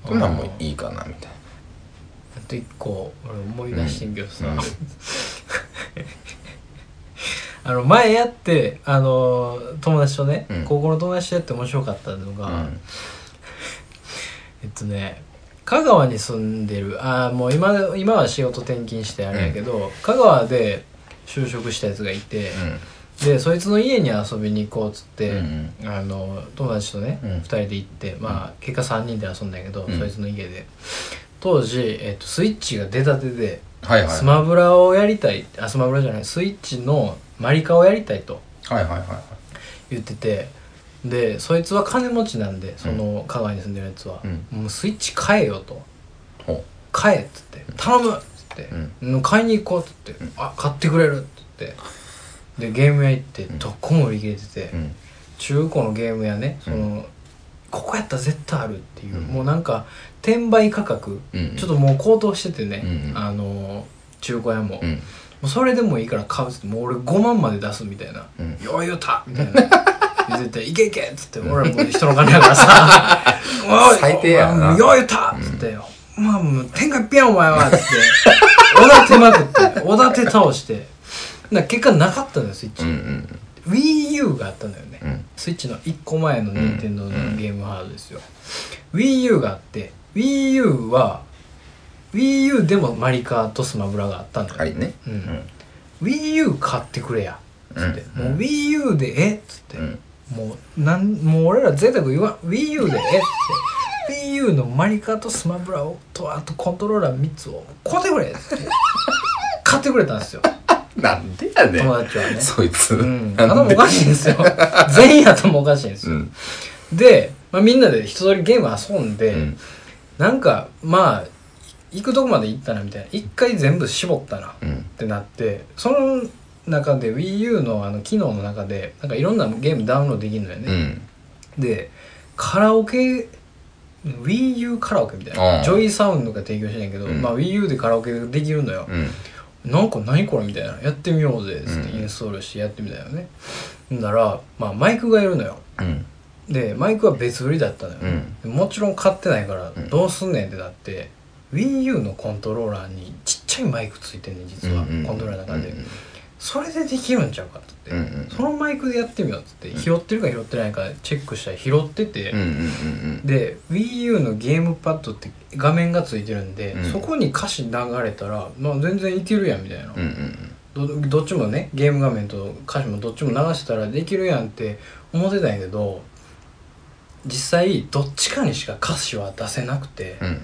Speaker 1: そんなんもいいかなみたい
Speaker 2: あと一個俺思い出してんけどさ、
Speaker 1: うんうん
Speaker 2: あの前やってあの友達とね、
Speaker 1: うん
Speaker 2: 高校の友達とやって面白かったのが、
Speaker 1: な、
Speaker 2: えっとね香川に住んでるああもう今今は仕事転勤してあれやけど、香川で就職したやつがいて、
Speaker 1: うん
Speaker 2: でそいつの家に遊びに行こうっつって、
Speaker 1: うん
Speaker 2: あの友達とね、
Speaker 1: う
Speaker 2: 二
Speaker 1: ん
Speaker 2: 2人で行ってまあ結果3人で遊んだんやけど、
Speaker 1: うん
Speaker 2: そいつの家で当時、えっとスイッチが出たてで、
Speaker 1: はいはい
Speaker 2: スマブラをやりたいあスマブラじゃないスイッチのマリカをやりたいと
Speaker 1: はいはいはいはい
Speaker 2: 言っててでそいつは金持ちなんでその香川に住んでるやつは、もうスイッチ買えよと
Speaker 1: ほ
Speaker 2: 買えっつって頼むっつって
Speaker 1: う、ん
Speaker 2: うん買いに行こうっつって、あ買ってくれるっつってでゲーム屋行って
Speaker 1: うん
Speaker 2: どこも売り切れてて、
Speaker 1: うん
Speaker 2: 中古のゲーム屋ねその、
Speaker 1: う
Speaker 2: ここやったら絶対あるってい
Speaker 1: う
Speaker 2: う、
Speaker 1: ん
Speaker 2: もうなんか転売価格、
Speaker 1: うん
Speaker 2: ちょっともう高騰しててね、
Speaker 1: うん
Speaker 2: あのー中古屋も、
Speaker 1: う
Speaker 2: も
Speaker 1: ん
Speaker 2: うそれでもいいから買うっつってもう俺5万まで出すみたいな
Speaker 1: うん
Speaker 2: 「よう言うた!」み たいな「絶対いけいけ!」っつって俺らもう人の金やか らさ「おい
Speaker 1: 最低やな
Speaker 2: お前よう言うた!」っつって「まあもう天下一品やお前 は」っつっておだてまくっておだて倒してな結果なかったのよスイッチ、
Speaker 1: うん
Speaker 2: WiiU があったんだよね、
Speaker 1: うんうん
Speaker 2: スイッチの1個前の任天堂のゲームハードですよ、WiiU があって WiiU は WiiU でもマリカーとスマブラがあったんだよ、
Speaker 1: ありね
Speaker 2: う
Speaker 1: うんん
Speaker 2: WiiU 買ってくれやつって、
Speaker 1: うん
Speaker 2: もう WiiU でえっつって、
Speaker 1: うん
Speaker 2: もうなんもう俺ら贅沢言わん WiiU でえっつって WiiU のマリカーとスマブラをとあとコントローラー3つを買ってくれっつって買ってくれたんですよ
Speaker 1: なんでやね
Speaker 2: 友
Speaker 1: ん
Speaker 2: 達はね
Speaker 1: そいつ
Speaker 2: うん、
Speaker 1: なん
Speaker 2: 頭お
Speaker 1: で
Speaker 2: かしいんで すよ全員頭おかしいんです
Speaker 1: う
Speaker 2: よ、
Speaker 1: ん
Speaker 2: で、まあ、みんなで一通りゲーム遊んで、
Speaker 1: うん
Speaker 2: なんかまあ行くとこまで行ったなみたいな一回全部絞ったなっ
Speaker 1: うん
Speaker 2: てなってその中で WiiU のあの機能の中でなんかいろんなゲームダウンロードできるのよ
Speaker 1: う
Speaker 2: ね、
Speaker 1: ん
Speaker 2: でカラオケ WiiU カラオケみたいな、
Speaker 1: うん
Speaker 2: ジョイサウンドが提供してないけど、
Speaker 1: うん
Speaker 2: まあ、WiiU でカラオケできるのよ、
Speaker 1: うん
Speaker 2: なんか何これみたいなやってみようぜっつって
Speaker 1: うん
Speaker 2: インストールしてやってみたよね、なら、まあ、マイクがいるのよ
Speaker 1: うん
Speaker 2: でマイクは別売りだったのよ、
Speaker 1: うん
Speaker 2: もちろん買ってないから
Speaker 1: うん
Speaker 2: どうすんねんってなって、WiiU のコントローラーにちっちゃいマイクついてんねん実は、
Speaker 1: うんうん
Speaker 2: コントローラーの中で、
Speaker 1: うん
Speaker 2: それでできるんちゃうかっつって、
Speaker 1: うんうん
Speaker 2: そのマイクでやってみようっつって拾ってるか拾ってないかチェックしたら拾ってて、
Speaker 1: うんうんうん
Speaker 2: で WiiU のゲームパッドって画面がついてるんで、
Speaker 1: うん
Speaker 2: そこに歌詞流れたら、まあ、全然いけるやんみたいな、
Speaker 1: うんうんうん
Speaker 2: どどっちもねゲーム画面と歌詞もどっちも流してたらできるやんって思ってたんやけど実際どっちかにしか歌詞は出せなくて、
Speaker 1: うんうん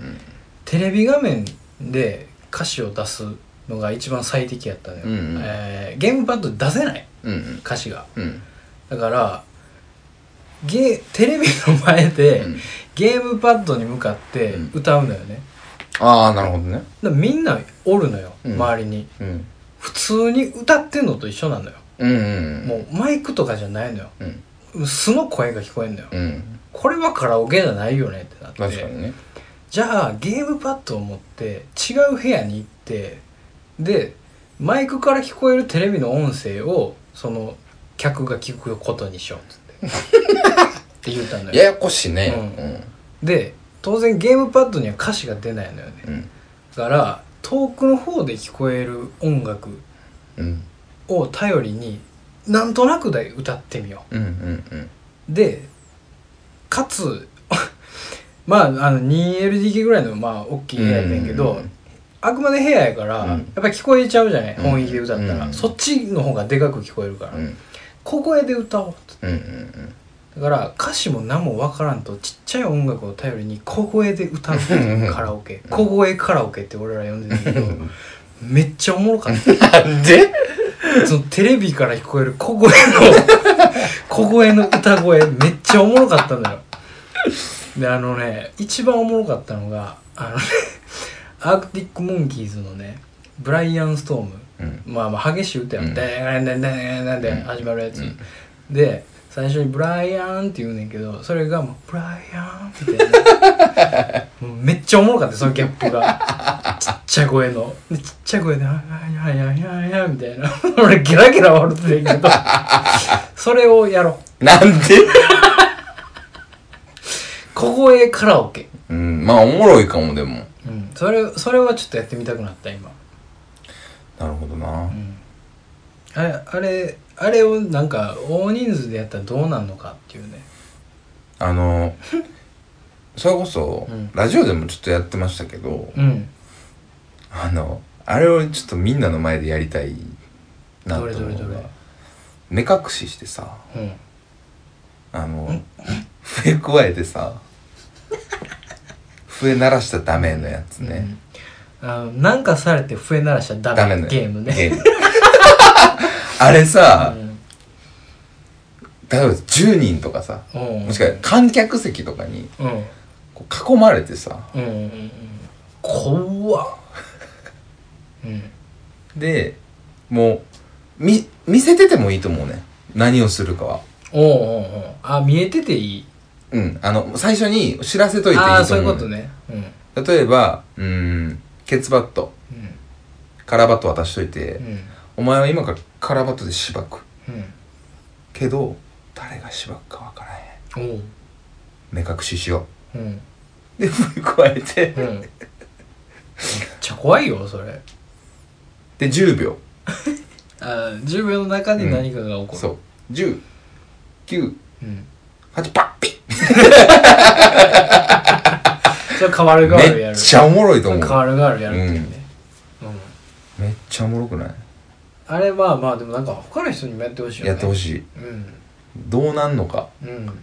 Speaker 2: テレビ画面で歌詞を出すのが一番最適やったのよ、
Speaker 1: うんうん
Speaker 2: えーゲームパッドで出せない
Speaker 1: うんうん
Speaker 2: 歌詞が
Speaker 1: うん
Speaker 2: だからゲテレビの前で、
Speaker 1: うん
Speaker 2: ゲームパッドに向かって歌うのよね、
Speaker 1: ああなるほどね
Speaker 2: だからみんなおるのよ、
Speaker 1: うん
Speaker 2: 周りに
Speaker 1: うん
Speaker 2: 普通に歌ってんのと一緒なのよ
Speaker 1: うんうん
Speaker 2: もうマイクとかじゃないのよ
Speaker 1: うん
Speaker 2: 素の声が聞こえんのよ、
Speaker 1: うん
Speaker 2: これはカラオケじゃないよねってなって
Speaker 1: 確かにね
Speaker 2: じゃあゲームパッドを持って違う部屋に行ってでマイクから聞こえるテレビの音声をその客が聞くことにしようっつ ってって言ったの
Speaker 1: や
Speaker 2: よ
Speaker 1: やこしいね
Speaker 2: で当然ゲームパッドには歌詞が出ないのよね
Speaker 1: うんうん
Speaker 2: だから遠くの方で聞こえる音楽
Speaker 1: うん
Speaker 2: を頼りになんとなくで歌ってみよう
Speaker 1: うんうん
Speaker 2: でかつ まああの 2LDK ぐらいのまあ大きい部屋やねんけど、
Speaker 1: うん
Speaker 2: あくまで部屋やから、
Speaker 1: うん
Speaker 2: やっぱり聞こえちゃうじゃない、
Speaker 1: うん
Speaker 2: 本域で歌ったら、
Speaker 1: うん
Speaker 2: そっちの方がでかく聞こえるから、
Speaker 1: うんうん
Speaker 2: 小声で歌おうと
Speaker 1: うんうん
Speaker 2: だから歌詞も何もわからんとちっちゃい音楽を頼りに小声で歌うっていう
Speaker 1: うん
Speaker 2: カラオ ケ小声カラオケって俺ら呼んでるけどめっちゃおもろかった
Speaker 1: なんで
Speaker 2: そのテレビから聞こえる 小声の小声の歌声めっちゃおもろかったんだよであのね一番おもろかったのがあのねアークティック・モンキーズのねブライアン・ストーム
Speaker 1: うん
Speaker 2: まあまあ激しい歌や
Speaker 1: うん
Speaker 2: ん「ダーンダーンダーンダーンダーン」始まるやつ、で最初に「ブライアン」って言うねんけどそれがもう「ブライアン」みたいな もうめっちゃおもろかったそのギャップがちっちゃい声のでちっちゃい声で「あややややや」みたいな 俺ゲラゲラ笑ってたん やけどそれをやろう
Speaker 1: なんで
Speaker 2: 小声カラオケ、
Speaker 1: うんまあおもろいかもでも
Speaker 2: うん、それそれはちょっとやってみたくなった今、
Speaker 1: なるほどな
Speaker 2: うん、あれあれあれをなんか大人数でやったらどうなんのかっていうね
Speaker 1: あのそれこそ
Speaker 2: うん
Speaker 1: ラジオでもちょっとやってましたけど
Speaker 2: うん
Speaker 1: あのあれをちょっとみんなの前でやりたいな
Speaker 2: どれどれどれ
Speaker 1: 目隠ししてさ
Speaker 2: うん
Speaker 1: あの笛加えてさ笛鳴らしたらダメのやつね、
Speaker 2: あのなんかされて笛鳴らしたらダ
Speaker 1: ダ
Speaker 2: メ
Speaker 1: メの
Speaker 2: ゲームね
Speaker 1: ム あれさ、例えば10人とかさ
Speaker 2: うん
Speaker 1: もしかしたら観客席とかに
Speaker 2: うん
Speaker 1: こう囲まれてさ
Speaker 2: うんうんうん怖っうん
Speaker 1: でもうみ見せててもいいと思うね何をするかは
Speaker 2: おうおうおうあ見えてていい
Speaker 1: うんあの最初に知らせといていいと思う
Speaker 2: ああそういうことねうんうん
Speaker 1: 例えばうーんケツバットカラーバット渡しといて、
Speaker 2: うん
Speaker 1: お前は今からカラーバットでしばく
Speaker 2: うん
Speaker 1: けど誰がしばくかわからへん
Speaker 2: おう
Speaker 1: 目隠ししよ
Speaker 2: うん
Speaker 1: うで笛加えて
Speaker 2: うんめっちゃ怖いよそれ
Speaker 1: で10秒
Speaker 2: あー10秒の中で何かが起こる、
Speaker 1: そう1 0
Speaker 2: う、ん、
Speaker 1: 9 8パッピッ
Speaker 2: それ変わる変わるや
Speaker 1: めっ
Speaker 2: る
Speaker 1: ちゃおもろいと
Speaker 2: そ
Speaker 1: 思
Speaker 2: れ
Speaker 1: う
Speaker 2: 変わる変わるやるっていうね、うん
Speaker 1: めっちゃおもろくない
Speaker 2: あれまあまあでもなんか他の人にもやってほしいよね
Speaker 1: やってほ
Speaker 2: しい
Speaker 1: しい
Speaker 2: うん
Speaker 1: どうなんのか
Speaker 2: うん
Speaker 1: ま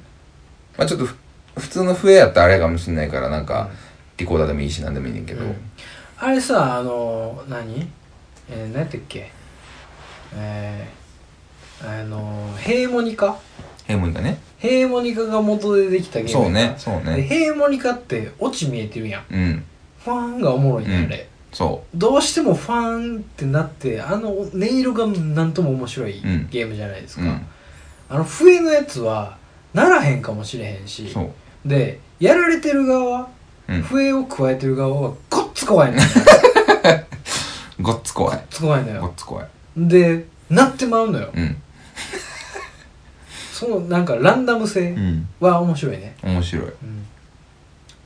Speaker 1: あちょっとふ普通の笛やったらあれかもしんないからなんかリコーダーでもいいし何でもいいねんけど、
Speaker 2: うんあれさあの何えー、何やったっけえー、あのヘーモニカ
Speaker 1: ヘムンだね
Speaker 2: ヘーモニカが元でできたゲーム
Speaker 1: そう
Speaker 2: や
Speaker 1: ね
Speaker 2: から
Speaker 1: そう
Speaker 2: で
Speaker 1: ね
Speaker 2: ヘーモニカってオチ見えてるやん
Speaker 1: うん
Speaker 2: ファンがおもろいね、
Speaker 1: うん
Speaker 2: あれ
Speaker 1: そ
Speaker 2: どうしてもファンってなってあの音色がなんとも面白い
Speaker 1: うん
Speaker 2: ゲームじゃないです
Speaker 1: う
Speaker 2: か、
Speaker 1: うん
Speaker 2: あの笛のやつはならへんかもしれへんし
Speaker 1: そう
Speaker 2: でやられてる側
Speaker 1: うん
Speaker 2: 笛を加えてる側はごっつ怖いのよごっ
Speaker 1: ごっつ怖い
Speaker 2: つ怖いの
Speaker 1: ご
Speaker 2: よ
Speaker 1: っつ怖い
Speaker 2: でなってまうのよ
Speaker 1: うん
Speaker 2: そのなんかランダム性
Speaker 1: うん
Speaker 2: は面白いね、
Speaker 1: 面白い
Speaker 2: うん、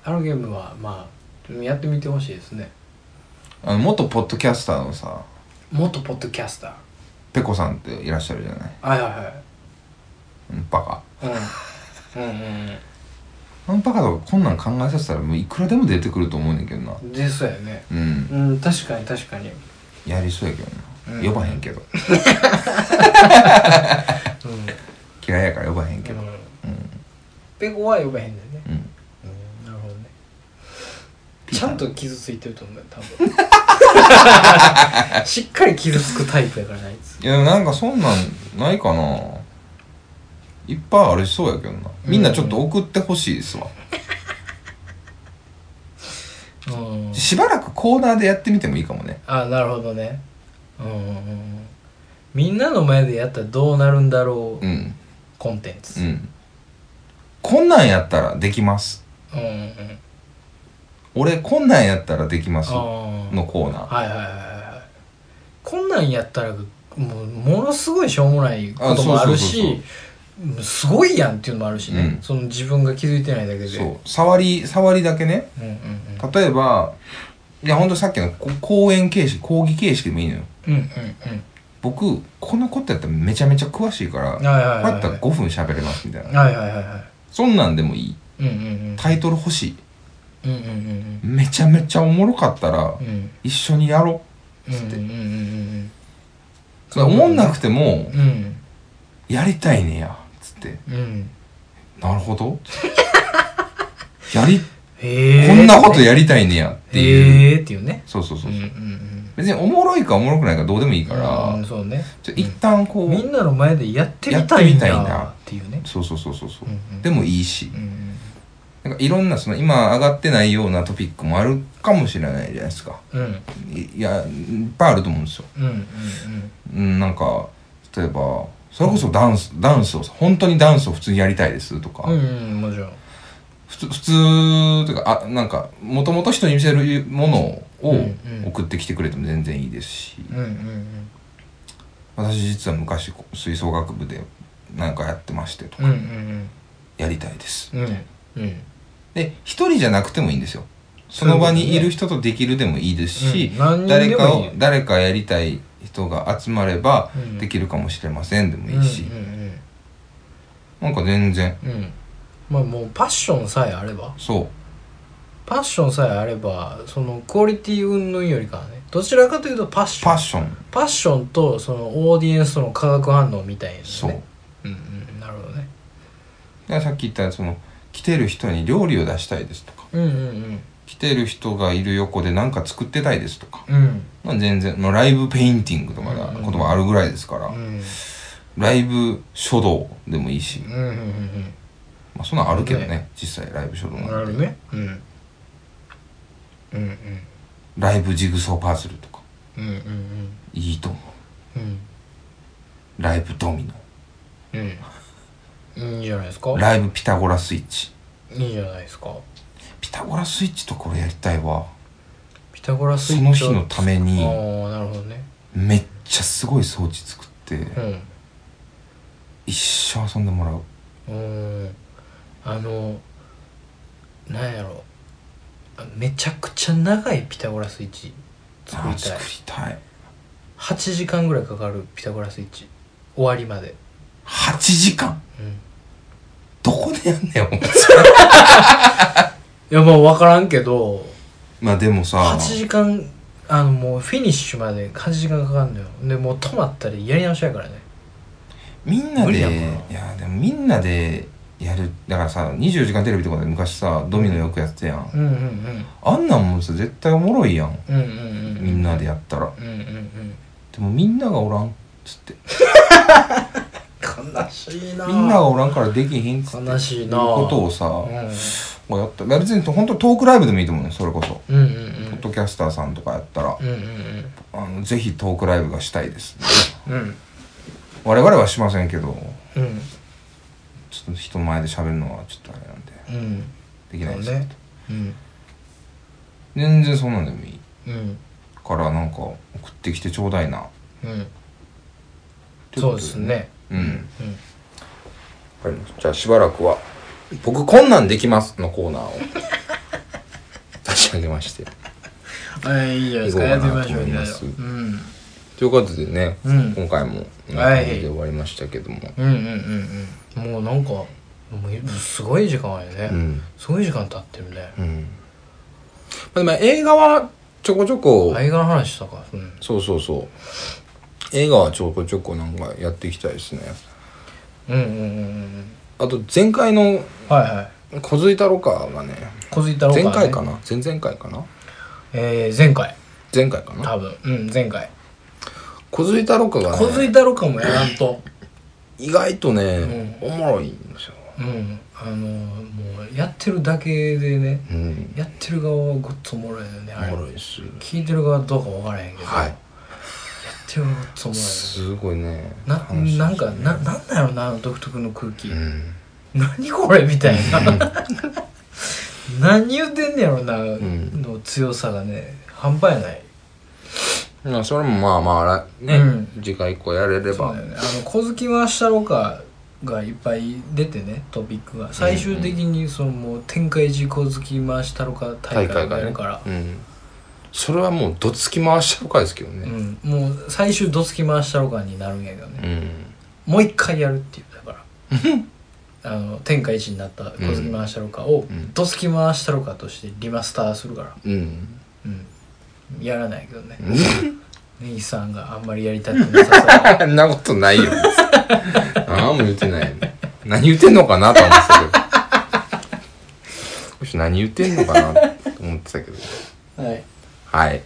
Speaker 2: あのゲームはまあやってみてほしいですね
Speaker 1: あの元ポッドキャスターのさ
Speaker 2: 元ポッドキャスター
Speaker 1: ペコさんっていらっしゃるじゃない
Speaker 2: はいは
Speaker 1: うんバカ
Speaker 2: いはいうん、うんうん
Speaker 1: あのバカとかこんなん考えさせたらもういくらでも出てくると思うねんけどな
Speaker 2: うんでそうやね
Speaker 1: うん
Speaker 2: うん確かに確かに
Speaker 1: やりそうやけどな、
Speaker 2: うん
Speaker 1: 呼ばへんけど
Speaker 2: うん
Speaker 1: 嫌いやから呼ばへんけ
Speaker 2: けど、
Speaker 1: ど
Speaker 2: ペコは呼べへんだよね、
Speaker 1: うん
Speaker 2: なるほどねちゃんと傷ついてると思うよ多分 しっかり傷つくタイプやからなあいつ
Speaker 1: いやなんかそんなんないかないっぱいありそうやけどなみんなちょっと送ってほしいですわ、
Speaker 2: うん
Speaker 1: しばらくコーナーでやってみてもいいかもね
Speaker 2: あなるほどねうんうんうんみんなの前でやったらどうなるんだろう、
Speaker 1: うん
Speaker 2: コンテン
Speaker 1: う
Speaker 2: ツ
Speaker 1: んこんなんやったらできます
Speaker 2: うんうんうん
Speaker 1: 俺こんなんやったらできます
Speaker 2: あー
Speaker 1: のコーナー
Speaker 2: はいはいはいはいこんなんやったらもうものすごいしょうもないこともある
Speaker 1: あそうそう
Speaker 2: しもうすごいやんっていうのもあるしね、
Speaker 1: うん
Speaker 2: その自分が気づいてないだけで
Speaker 1: そう触り触りだけね
Speaker 2: うんうんうん
Speaker 1: 例えばいやほんとさっきのこ講演形式講義形式でもいいのよ
Speaker 2: うんうん
Speaker 1: 僕このことやったらめちゃめちゃ詳しいから
Speaker 2: うん。はいはい
Speaker 1: こう
Speaker 2: はい
Speaker 1: や
Speaker 2: は
Speaker 1: ったら
Speaker 2: い。
Speaker 1: 5分喋れますみたいな
Speaker 2: はいはいはいは
Speaker 1: そんなんでもいい
Speaker 2: い。うんうん
Speaker 1: タイトル欲しい
Speaker 2: うん。うんうんうん
Speaker 1: めちゃめちゃおもろかったら
Speaker 2: うん。うん。
Speaker 1: 一緒にやろ
Speaker 2: うんうんうんうん
Speaker 1: うおもんなくても
Speaker 2: うん。うん。
Speaker 1: やりたいねやつって
Speaker 2: うん。
Speaker 1: なるほどやり
Speaker 2: へえ。
Speaker 1: こんなことやりたいねやっていう
Speaker 2: へえっていうね。
Speaker 1: そうそうそううん
Speaker 2: う
Speaker 1: そう
Speaker 2: んう。
Speaker 1: ん別におもろいかおもろくないかどうでもいいか
Speaker 2: う
Speaker 1: ら
Speaker 2: んそうね。
Speaker 1: ちょ一旦こ
Speaker 2: みん
Speaker 1: う
Speaker 2: なの前でやってみたいんだっていうね。
Speaker 1: そうそうそうそうそう
Speaker 2: うんうん
Speaker 1: でもいいし
Speaker 2: うんう
Speaker 1: な
Speaker 2: ん
Speaker 1: んかいろんなその今上がってないようなトピックもあるかもしれないじゃないですか
Speaker 2: うん
Speaker 1: いいやいっぱいあると思うんですよ
Speaker 2: うんうん
Speaker 1: うん、なんか例えばそれこそダンス、ダンスをさ本当にダンスを普通にやりたいですとか、
Speaker 2: うん。うんうんもちろん。
Speaker 1: 普通普通というかあなんかもともと人に見せるもの
Speaker 2: う
Speaker 1: を
Speaker 2: んうん
Speaker 1: 送ってきてくれても全然いいですし、
Speaker 2: うんうんうん。
Speaker 1: 私実は昔こう吹奏楽部でなんかやってましてと
Speaker 2: うんうん
Speaker 1: やりたいです
Speaker 2: うん。うんうん。
Speaker 1: で一人じゃなくてもいいんですよその場にいる人とできるでもいいですし、
Speaker 2: うん何人でもい
Speaker 1: 誰かを
Speaker 2: い
Speaker 1: 誰かやりたい人が集まれば
Speaker 2: うん
Speaker 1: できるかもしれませんでもいいし、
Speaker 2: うんうん
Speaker 1: なんか全然
Speaker 2: うんうん。まあもうパッションさえあれば。
Speaker 1: そう
Speaker 2: パッションさえあればそのクオリティ云々よりかはねどちらかというとパッション
Speaker 1: パッション
Speaker 2: パッションとそのオーディエンスとの化学反応みたいなね
Speaker 3: そうだか
Speaker 2: うんうんなるほどね
Speaker 3: らさっき言ったその来てる人に料理を出したいですとか
Speaker 2: うんうん
Speaker 3: 来てる人がいる横で何か作ってたいですとか、
Speaker 2: うんうん
Speaker 3: まあ、全然もうライブペインティングとかが言葉あるぐらいですから、
Speaker 2: うん
Speaker 3: ライブ書道でもいいし、
Speaker 2: うんうんうん
Speaker 3: まあ、そんなんあるけどね実際ライブ書道
Speaker 2: うん
Speaker 3: な
Speaker 2: なん
Speaker 3: て
Speaker 2: るねうんうんうん
Speaker 3: ライブジグソーパズルとか
Speaker 2: うんうん
Speaker 3: いいと思
Speaker 2: うん
Speaker 3: うライブドミ
Speaker 2: うんうんいいんじゃないですか
Speaker 3: ノライブピタゴラスイッチ
Speaker 2: いいんじゃないですか
Speaker 3: ピタゴラスイッチとこれやりたいわ
Speaker 2: ピタゴラスイ
Speaker 3: そ
Speaker 2: ッチ
Speaker 3: の日の
Speaker 2: は
Speaker 3: ために
Speaker 2: ああなるほどね
Speaker 3: めっちゃすごい装置作って、
Speaker 2: うん
Speaker 3: 一生遊んでもらう
Speaker 2: うーんあのなんやろあめちゃくちゃ長いピタゴラスイッチ作り
Speaker 3: あ
Speaker 2: たい
Speaker 3: 作りたい
Speaker 2: 8時間ぐらいかかるピタゴラスイッチ終わりまで、
Speaker 3: 8時間
Speaker 2: うん、
Speaker 3: どこでやんねんお前
Speaker 2: いやまあ分からんけど
Speaker 3: まあでもさ
Speaker 2: 8時間あのもうフィニッシュまで8時間かかるのよでもう止まったりやり直しやからね
Speaker 3: みんな
Speaker 2: 無
Speaker 3: で
Speaker 2: 理
Speaker 3: い
Speaker 2: や
Speaker 3: や
Speaker 2: んか
Speaker 3: でもみんなでやるだからさ『24時間テレビ』とかで昔さドミノよくやってたやん
Speaker 2: うんうんうん
Speaker 3: あんなんもんさ絶対おもろいやん
Speaker 2: うんうんうん
Speaker 3: みんなでやったら
Speaker 2: うんうんうん
Speaker 3: でもみんながおらんっつって
Speaker 2: 悲しいな
Speaker 3: みんながおらんからできひんっつって
Speaker 2: 悲しいな
Speaker 3: ことをさ、
Speaker 2: う
Speaker 3: まあやったいや別に本当トークライブでもいいと思うねそれこそ、
Speaker 2: んうんうん
Speaker 3: ポッドキャスターさんとかやったら
Speaker 2: うんうんうん
Speaker 3: あのぜひトークライブがしたいです
Speaker 2: うん
Speaker 3: 我々はしませんけど
Speaker 2: うん
Speaker 3: ちょっと人前で喋るのはちょっとあれなんで
Speaker 2: うん
Speaker 3: できないです
Speaker 2: そう
Speaker 3: け
Speaker 2: ねうん
Speaker 3: ど全然そんなんでもいい
Speaker 2: うん
Speaker 3: からなんか送ってきてちょうだいな
Speaker 2: うんそうですね
Speaker 3: うん
Speaker 2: うん
Speaker 1: わかりましたじゃあしばらくは「僕こんなんできます」のコー ナーを差し上げまして
Speaker 2: はいいいじゃないです
Speaker 1: 行
Speaker 2: か
Speaker 1: こ
Speaker 2: や
Speaker 1: う
Speaker 2: って
Speaker 1: か
Speaker 2: み
Speaker 1: なと思いま
Speaker 2: ましょうみんなですうん
Speaker 1: ということでね、
Speaker 2: うん
Speaker 1: 今回もこんな
Speaker 2: はい
Speaker 1: 感じで終わりましたけども、
Speaker 2: うんうんうんうんもうなんかもうすごい時間やね、
Speaker 1: うん
Speaker 2: すごい時間経ってるね
Speaker 1: うんまあ、でも映画はちょこちょこ、
Speaker 2: 映画の話したかうん
Speaker 1: そうそうそう映画はちょこちょこなんかやっていきたいですね
Speaker 2: うんうんうんうん
Speaker 1: あと前回の
Speaker 2: はいはい
Speaker 1: 「小杉太郎か」がね
Speaker 2: 小杉太郎
Speaker 1: 前
Speaker 2: ね
Speaker 1: 回かな前々回かな
Speaker 2: えー、前回
Speaker 1: 前回かな
Speaker 2: 多分うん前回
Speaker 1: 小杉太郎かが、
Speaker 2: 小杉
Speaker 1: ね、
Speaker 2: 太郎かもやらんと
Speaker 1: 意外とね、おもろいんですよ、
Speaker 2: うんあのもうやってるだけでね
Speaker 1: うん、
Speaker 2: やってる側はごっつおもろいよねあ
Speaker 1: お
Speaker 2: れ
Speaker 1: もろいです
Speaker 2: 聞いてる側どうか分からへんけど、
Speaker 1: は
Speaker 2: や
Speaker 1: い
Speaker 2: ってる側ごっつおもろいよね
Speaker 1: すごいね
Speaker 2: な
Speaker 1: 楽しいです
Speaker 2: なんかななんだろうなあの独特の空気、
Speaker 1: うん
Speaker 2: 何これみたいな何言うてんねやろな、
Speaker 1: ん
Speaker 2: の強さがね半端やない
Speaker 1: まあそれもまあまあらね、
Speaker 2: う
Speaker 1: 次回以降やれれ
Speaker 2: そう
Speaker 1: ば
Speaker 2: だよねあの小月はしたろかがいっぱい出てねトピックが最終的にそのもう天下一小月回したろか
Speaker 1: 大
Speaker 2: 大会
Speaker 1: 会が
Speaker 2: がやる
Speaker 1: ね
Speaker 2: から、
Speaker 1: うん、それはもうどつき回しちゃうからですけど
Speaker 2: う
Speaker 1: ね
Speaker 2: んもう最終どつき回したろかになるんやけどね、
Speaker 1: うん
Speaker 2: もう一回やるっていうだ からあの天下一になった小杉回したろかを
Speaker 1: うん
Speaker 2: ドスキ回したろかとしてリマスターするから、
Speaker 1: うん
Speaker 2: うん、やらないけど ね
Speaker 1: うん
Speaker 2: 根岸さんがあんまりやりたくなさそう
Speaker 1: そんなことないよ。何も言ってないよ。何言ってんのかなと思ってたけど。少し何言ってんのかなと思ってたけど。
Speaker 2: はい。
Speaker 1: はい。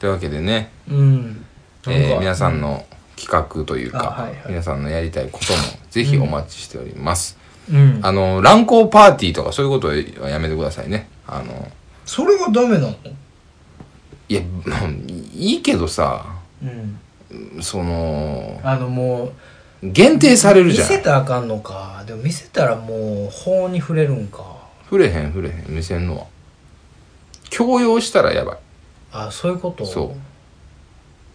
Speaker 1: というわけでね、
Speaker 2: うん。
Speaker 1: えー皆さん
Speaker 2: の。
Speaker 1: の企画というか、
Speaker 2: あはいはい
Speaker 1: 皆さんのやりたいこともぜひお待ちしております。
Speaker 2: うん。
Speaker 1: あの、乱行パーティーとかそういうことはやめてくださいね。あの、
Speaker 2: それがダメなの
Speaker 1: いや、いいけどさ、
Speaker 2: うん。
Speaker 1: その、
Speaker 2: あのもう、
Speaker 1: 限定されるじゃん
Speaker 2: 見。せたらあかんのか。でも見せたらもう、法に触れるんか。
Speaker 1: 触れへん触れへん見せんのは強要したらやばい
Speaker 2: あ、そういうこと。
Speaker 1: そう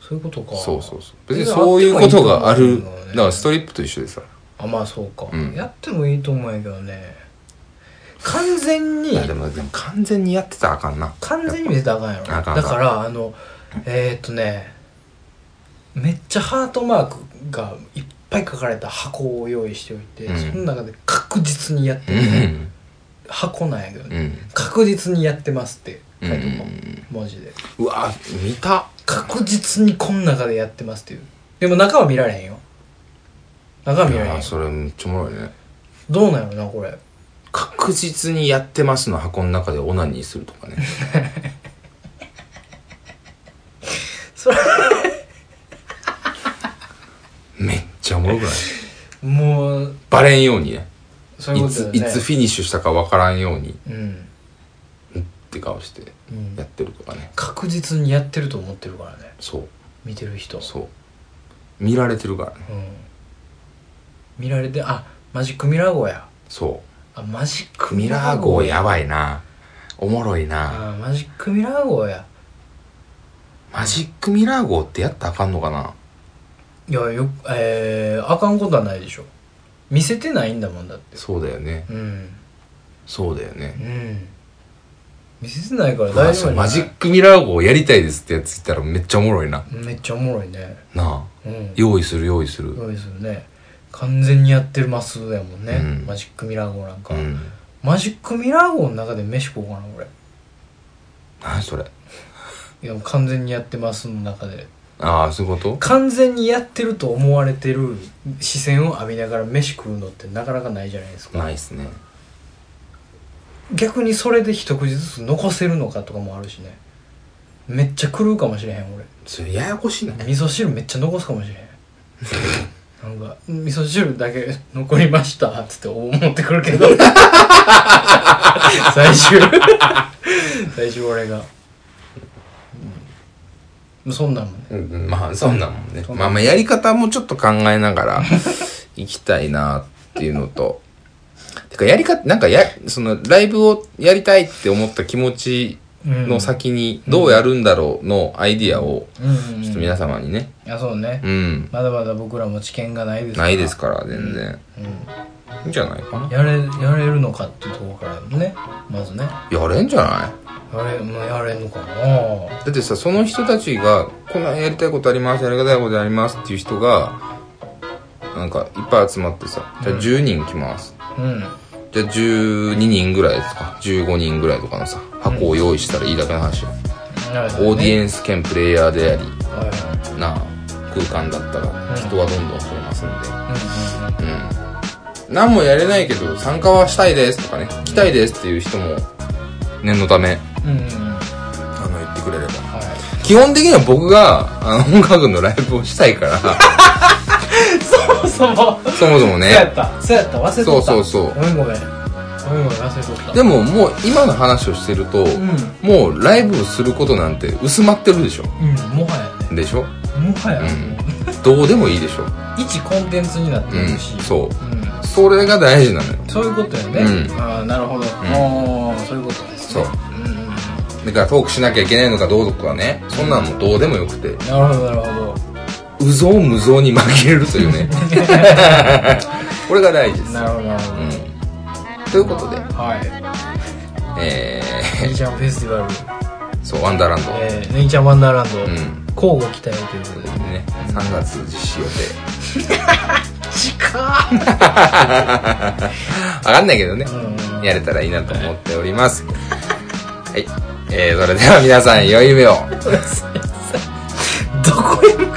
Speaker 2: そういうことか。
Speaker 1: そうそうそう別にそういうことがある
Speaker 2: 別に
Speaker 1: だ
Speaker 2: あってもいいと思うけどね
Speaker 1: からストリップと一緒でさ
Speaker 2: あ、まあそうか。
Speaker 1: うん
Speaker 2: やってもいいと思うんやけどね。完全
Speaker 1: い
Speaker 2: に
Speaker 1: や、でもでも完全にやってたらあかんな
Speaker 2: 完全に見せたらあかんやろ。
Speaker 1: あかんあかん
Speaker 2: だから、あの、えー、っとね、めっちゃハートマークがいっぱい書かれた箱を用意しておいて、
Speaker 1: うん
Speaker 2: その中で確実にやって
Speaker 1: う
Speaker 2: る、
Speaker 1: ん
Speaker 2: 箱なんやけど
Speaker 1: う
Speaker 2: ね、
Speaker 1: ん
Speaker 2: 確実にやってますって書い
Speaker 3: う
Speaker 2: とこ
Speaker 3: ん
Speaker 2: う文字で
Speaker 1: うわ見た
Speaker 2: 確実にこの中でやってますっていうでも中は見られへんよ中は見られへん
Speaker 1: あそれめっちゃおもろいね
Speaker 2: どうなんやろなこれ
Speaker 1: 確実にやってますの箱の中でオナニーするとかね
Speaker 2: そ れ
Speaker 1: めっちゃおもろくない
Speaker 2: もう
Speaker 1: バレんようにね
Speaker 2: そういう
Speaker 1: い
Speaker 2: ことだ
Speaker 1: つ
Speaker 2: よね
Speaker 1: いつフィニッシュしたかわからんように
Speaker 2: うん、
Speaker 1: って顔して
Speaker 2: うん
Speaker 1: やってるとかね
Speaker 2: 確実にやってると思ってるからね
Speaker 1: そう
Speaker 2: 見てる人
Speaker 1: そう見られてるからね
Speaker 2: うん見られてあマジックミラー号や
Speaker 1: そ
Speaker 2: あマジッ
Speaker 1: う
Speaker 2: ク
Speaker 1: ミラー号やばいなおもろいな
Speaker 2: あマジックミラー号や
Speaker 1: マジックミラー号ってやったらあかんのかない
Speaker 2: やよえー、あかんことはないでしょ見せてないんだもんだって
Speaker 1: そうだよね
Speaker 2: うん
Speaker 1: そうだよね
Speaker 2: うん見せてないから
Speaker 1: あ
Speaker 2: 大丈夫
Speaker 1: そう
Speaker 2: やね
Speaker 1: マジックミラー号やりたいですってやつ言ったらめっちゃおもろいな
Speaker 2: めっちゃおもろいね
Speaker 1: なあ
Speaker 2: うん
Speaker 1: 用意する用意する
Speaker 2: そうですよね完全にやってるますやもんね、
Speaker 1: うん
Speaker 2: マジックミラー号なんか、
Speaker 1: うん
Speaker 2: マジックミラー号の中で飯食おうかな俺
Speaker 1: 何それ
Speaker 2: いやもう完全にやってますの中で
Speaker 1: ああそういうこと
Speaker 2: 完全にやってると思われてる視線を浴びながら飯食うのってなかなかないじゃないですか
Speaker 1: ないっすね
Speaker 2: 逆にそれで一口ずつ残せるのかとかもあるしねめっちゃ狂うかもしれへん俺
Speaker 1: それややこしいな
Speaker 2: 味噌汁めっちゃ残すかもしれへんなんか味噌汁だけ残りましたっつって思ってくるけど最終最終俺が、うん、そんなんもね
Speaker 1: うんうんまあそんなもんね
Speaker 2: そんな
Speaker 1: まあまあやり方もちょっと考えなが ら行きたいなっていうのとてかやり方なんかやそのライブをやりたいって思った気持ち
Speaker 2: うん
Speaker 1: の先にどうやるんだろうのアイディアを
Speaker 2: うんうんうん
Speaker 1: ちょっと皆様にね
Speaker 2: いやそうね、
Speaker 1: うん
Speaker 2: まだまだ僕らも知見がないです
Speaker 1: ないですから全然
Speaker 2: うん、
Speaker 1: いいんじゃないかな
Speaker 2: やれやれるのかっていうところからねまずね
Speaker 1: やれんじゃない
Speaker 2: やれもうやれんのかな
Speaker 1: だってさその人たちがこんなやりたいことありますやりたいことありますっていう人がなんかいっぱい集まってさじゃあ10人来ます、
Speaker 2: うん
Speaker 1: じゃあ12人ぐらいですか15人ぐらいとかのさ箱を用意したらいいだけの話よ、
Speaker 2: なるほどね
Speaker 1: オーディエンス兼プレイヤーであり
Speaker 2: はいはい
Speaker 1: なあ空間だったら人はどんどん増えますんで
Speaker 2: うんうん
Speaker 1: う
Speaker 2: うん
Speaker 1: ん何もやれないけど参加はしたいですとかね来たいですっていう人も念のため
Speaker 2: うんうんうん
Speaker 1: あの言ってくれれば
Speaker 2: は
Speaker 1: 基本的には僕があの本格のライブをしたい から
Speaker 2: いそもそもそう
Speaker 1: そもそも
Speaker 2: やっ
Speaker 1: ね
Speaker 2: たそうやった忘れとった
Speaker 1: そうそうそう
Speaker 2: ごめんごめんごめんごめん忘れとった
Speaker 1: でももう今の話をしてると、
Speaker 2: うん
Speaker 1: もうライブをすることなんて薄まってるでしょ
Speaker 2: うんもはやね
Speaker 1: でしょ
Speaker 2: もはや、
Speaker 1: うんどうでもいいでしょ
Speaker 2: 一コンテンツになって
Speaker 1: う
Speaker 2: る
Speaker 1: ん
Speaker 2: し、う、
Speaker 1: そ
Speaker 2: ん、
Speaker 1: うそれが大事なのよ
Speaker 2: そういうことやね、
Speaker 1: うん
Speaker 2: ああなるほど、ああそういうことです
Speaker 1: そ
Speaker 2: ね
Speaker 1: う
Speaker 2: うんうんうん
Speaker 1: だからトークしなきゃいけないのかどうとかねそんなんもうどうでもよくて
Speaker 2: なるほどなるほど
Speaker 1: うぞうむぞうに紛れるというね これが大事です
Speaker 2: なるほどなるほど、
Speaker 1: ということで
Speaker 2: は
Speaker 1: え
Speaker 2: い。ネイちゃんフェスティバル、
Speaker 1: ー、そうワンダーランド、
Speaker 2: えー、ネイちゃんワンダーランド、
Speaker 1: うん
Speaker 2: 交互期待ということで。
Speaker 1: ね、3月実施予定
Speaker 2: 近っ
Speaker 1: わかんないけどね、
Speaker 2: うん
Speaker 1: やれたらいいなと思っております。はい。えー、それでは皆さん、良い夢を。
Speaker 2: どこへ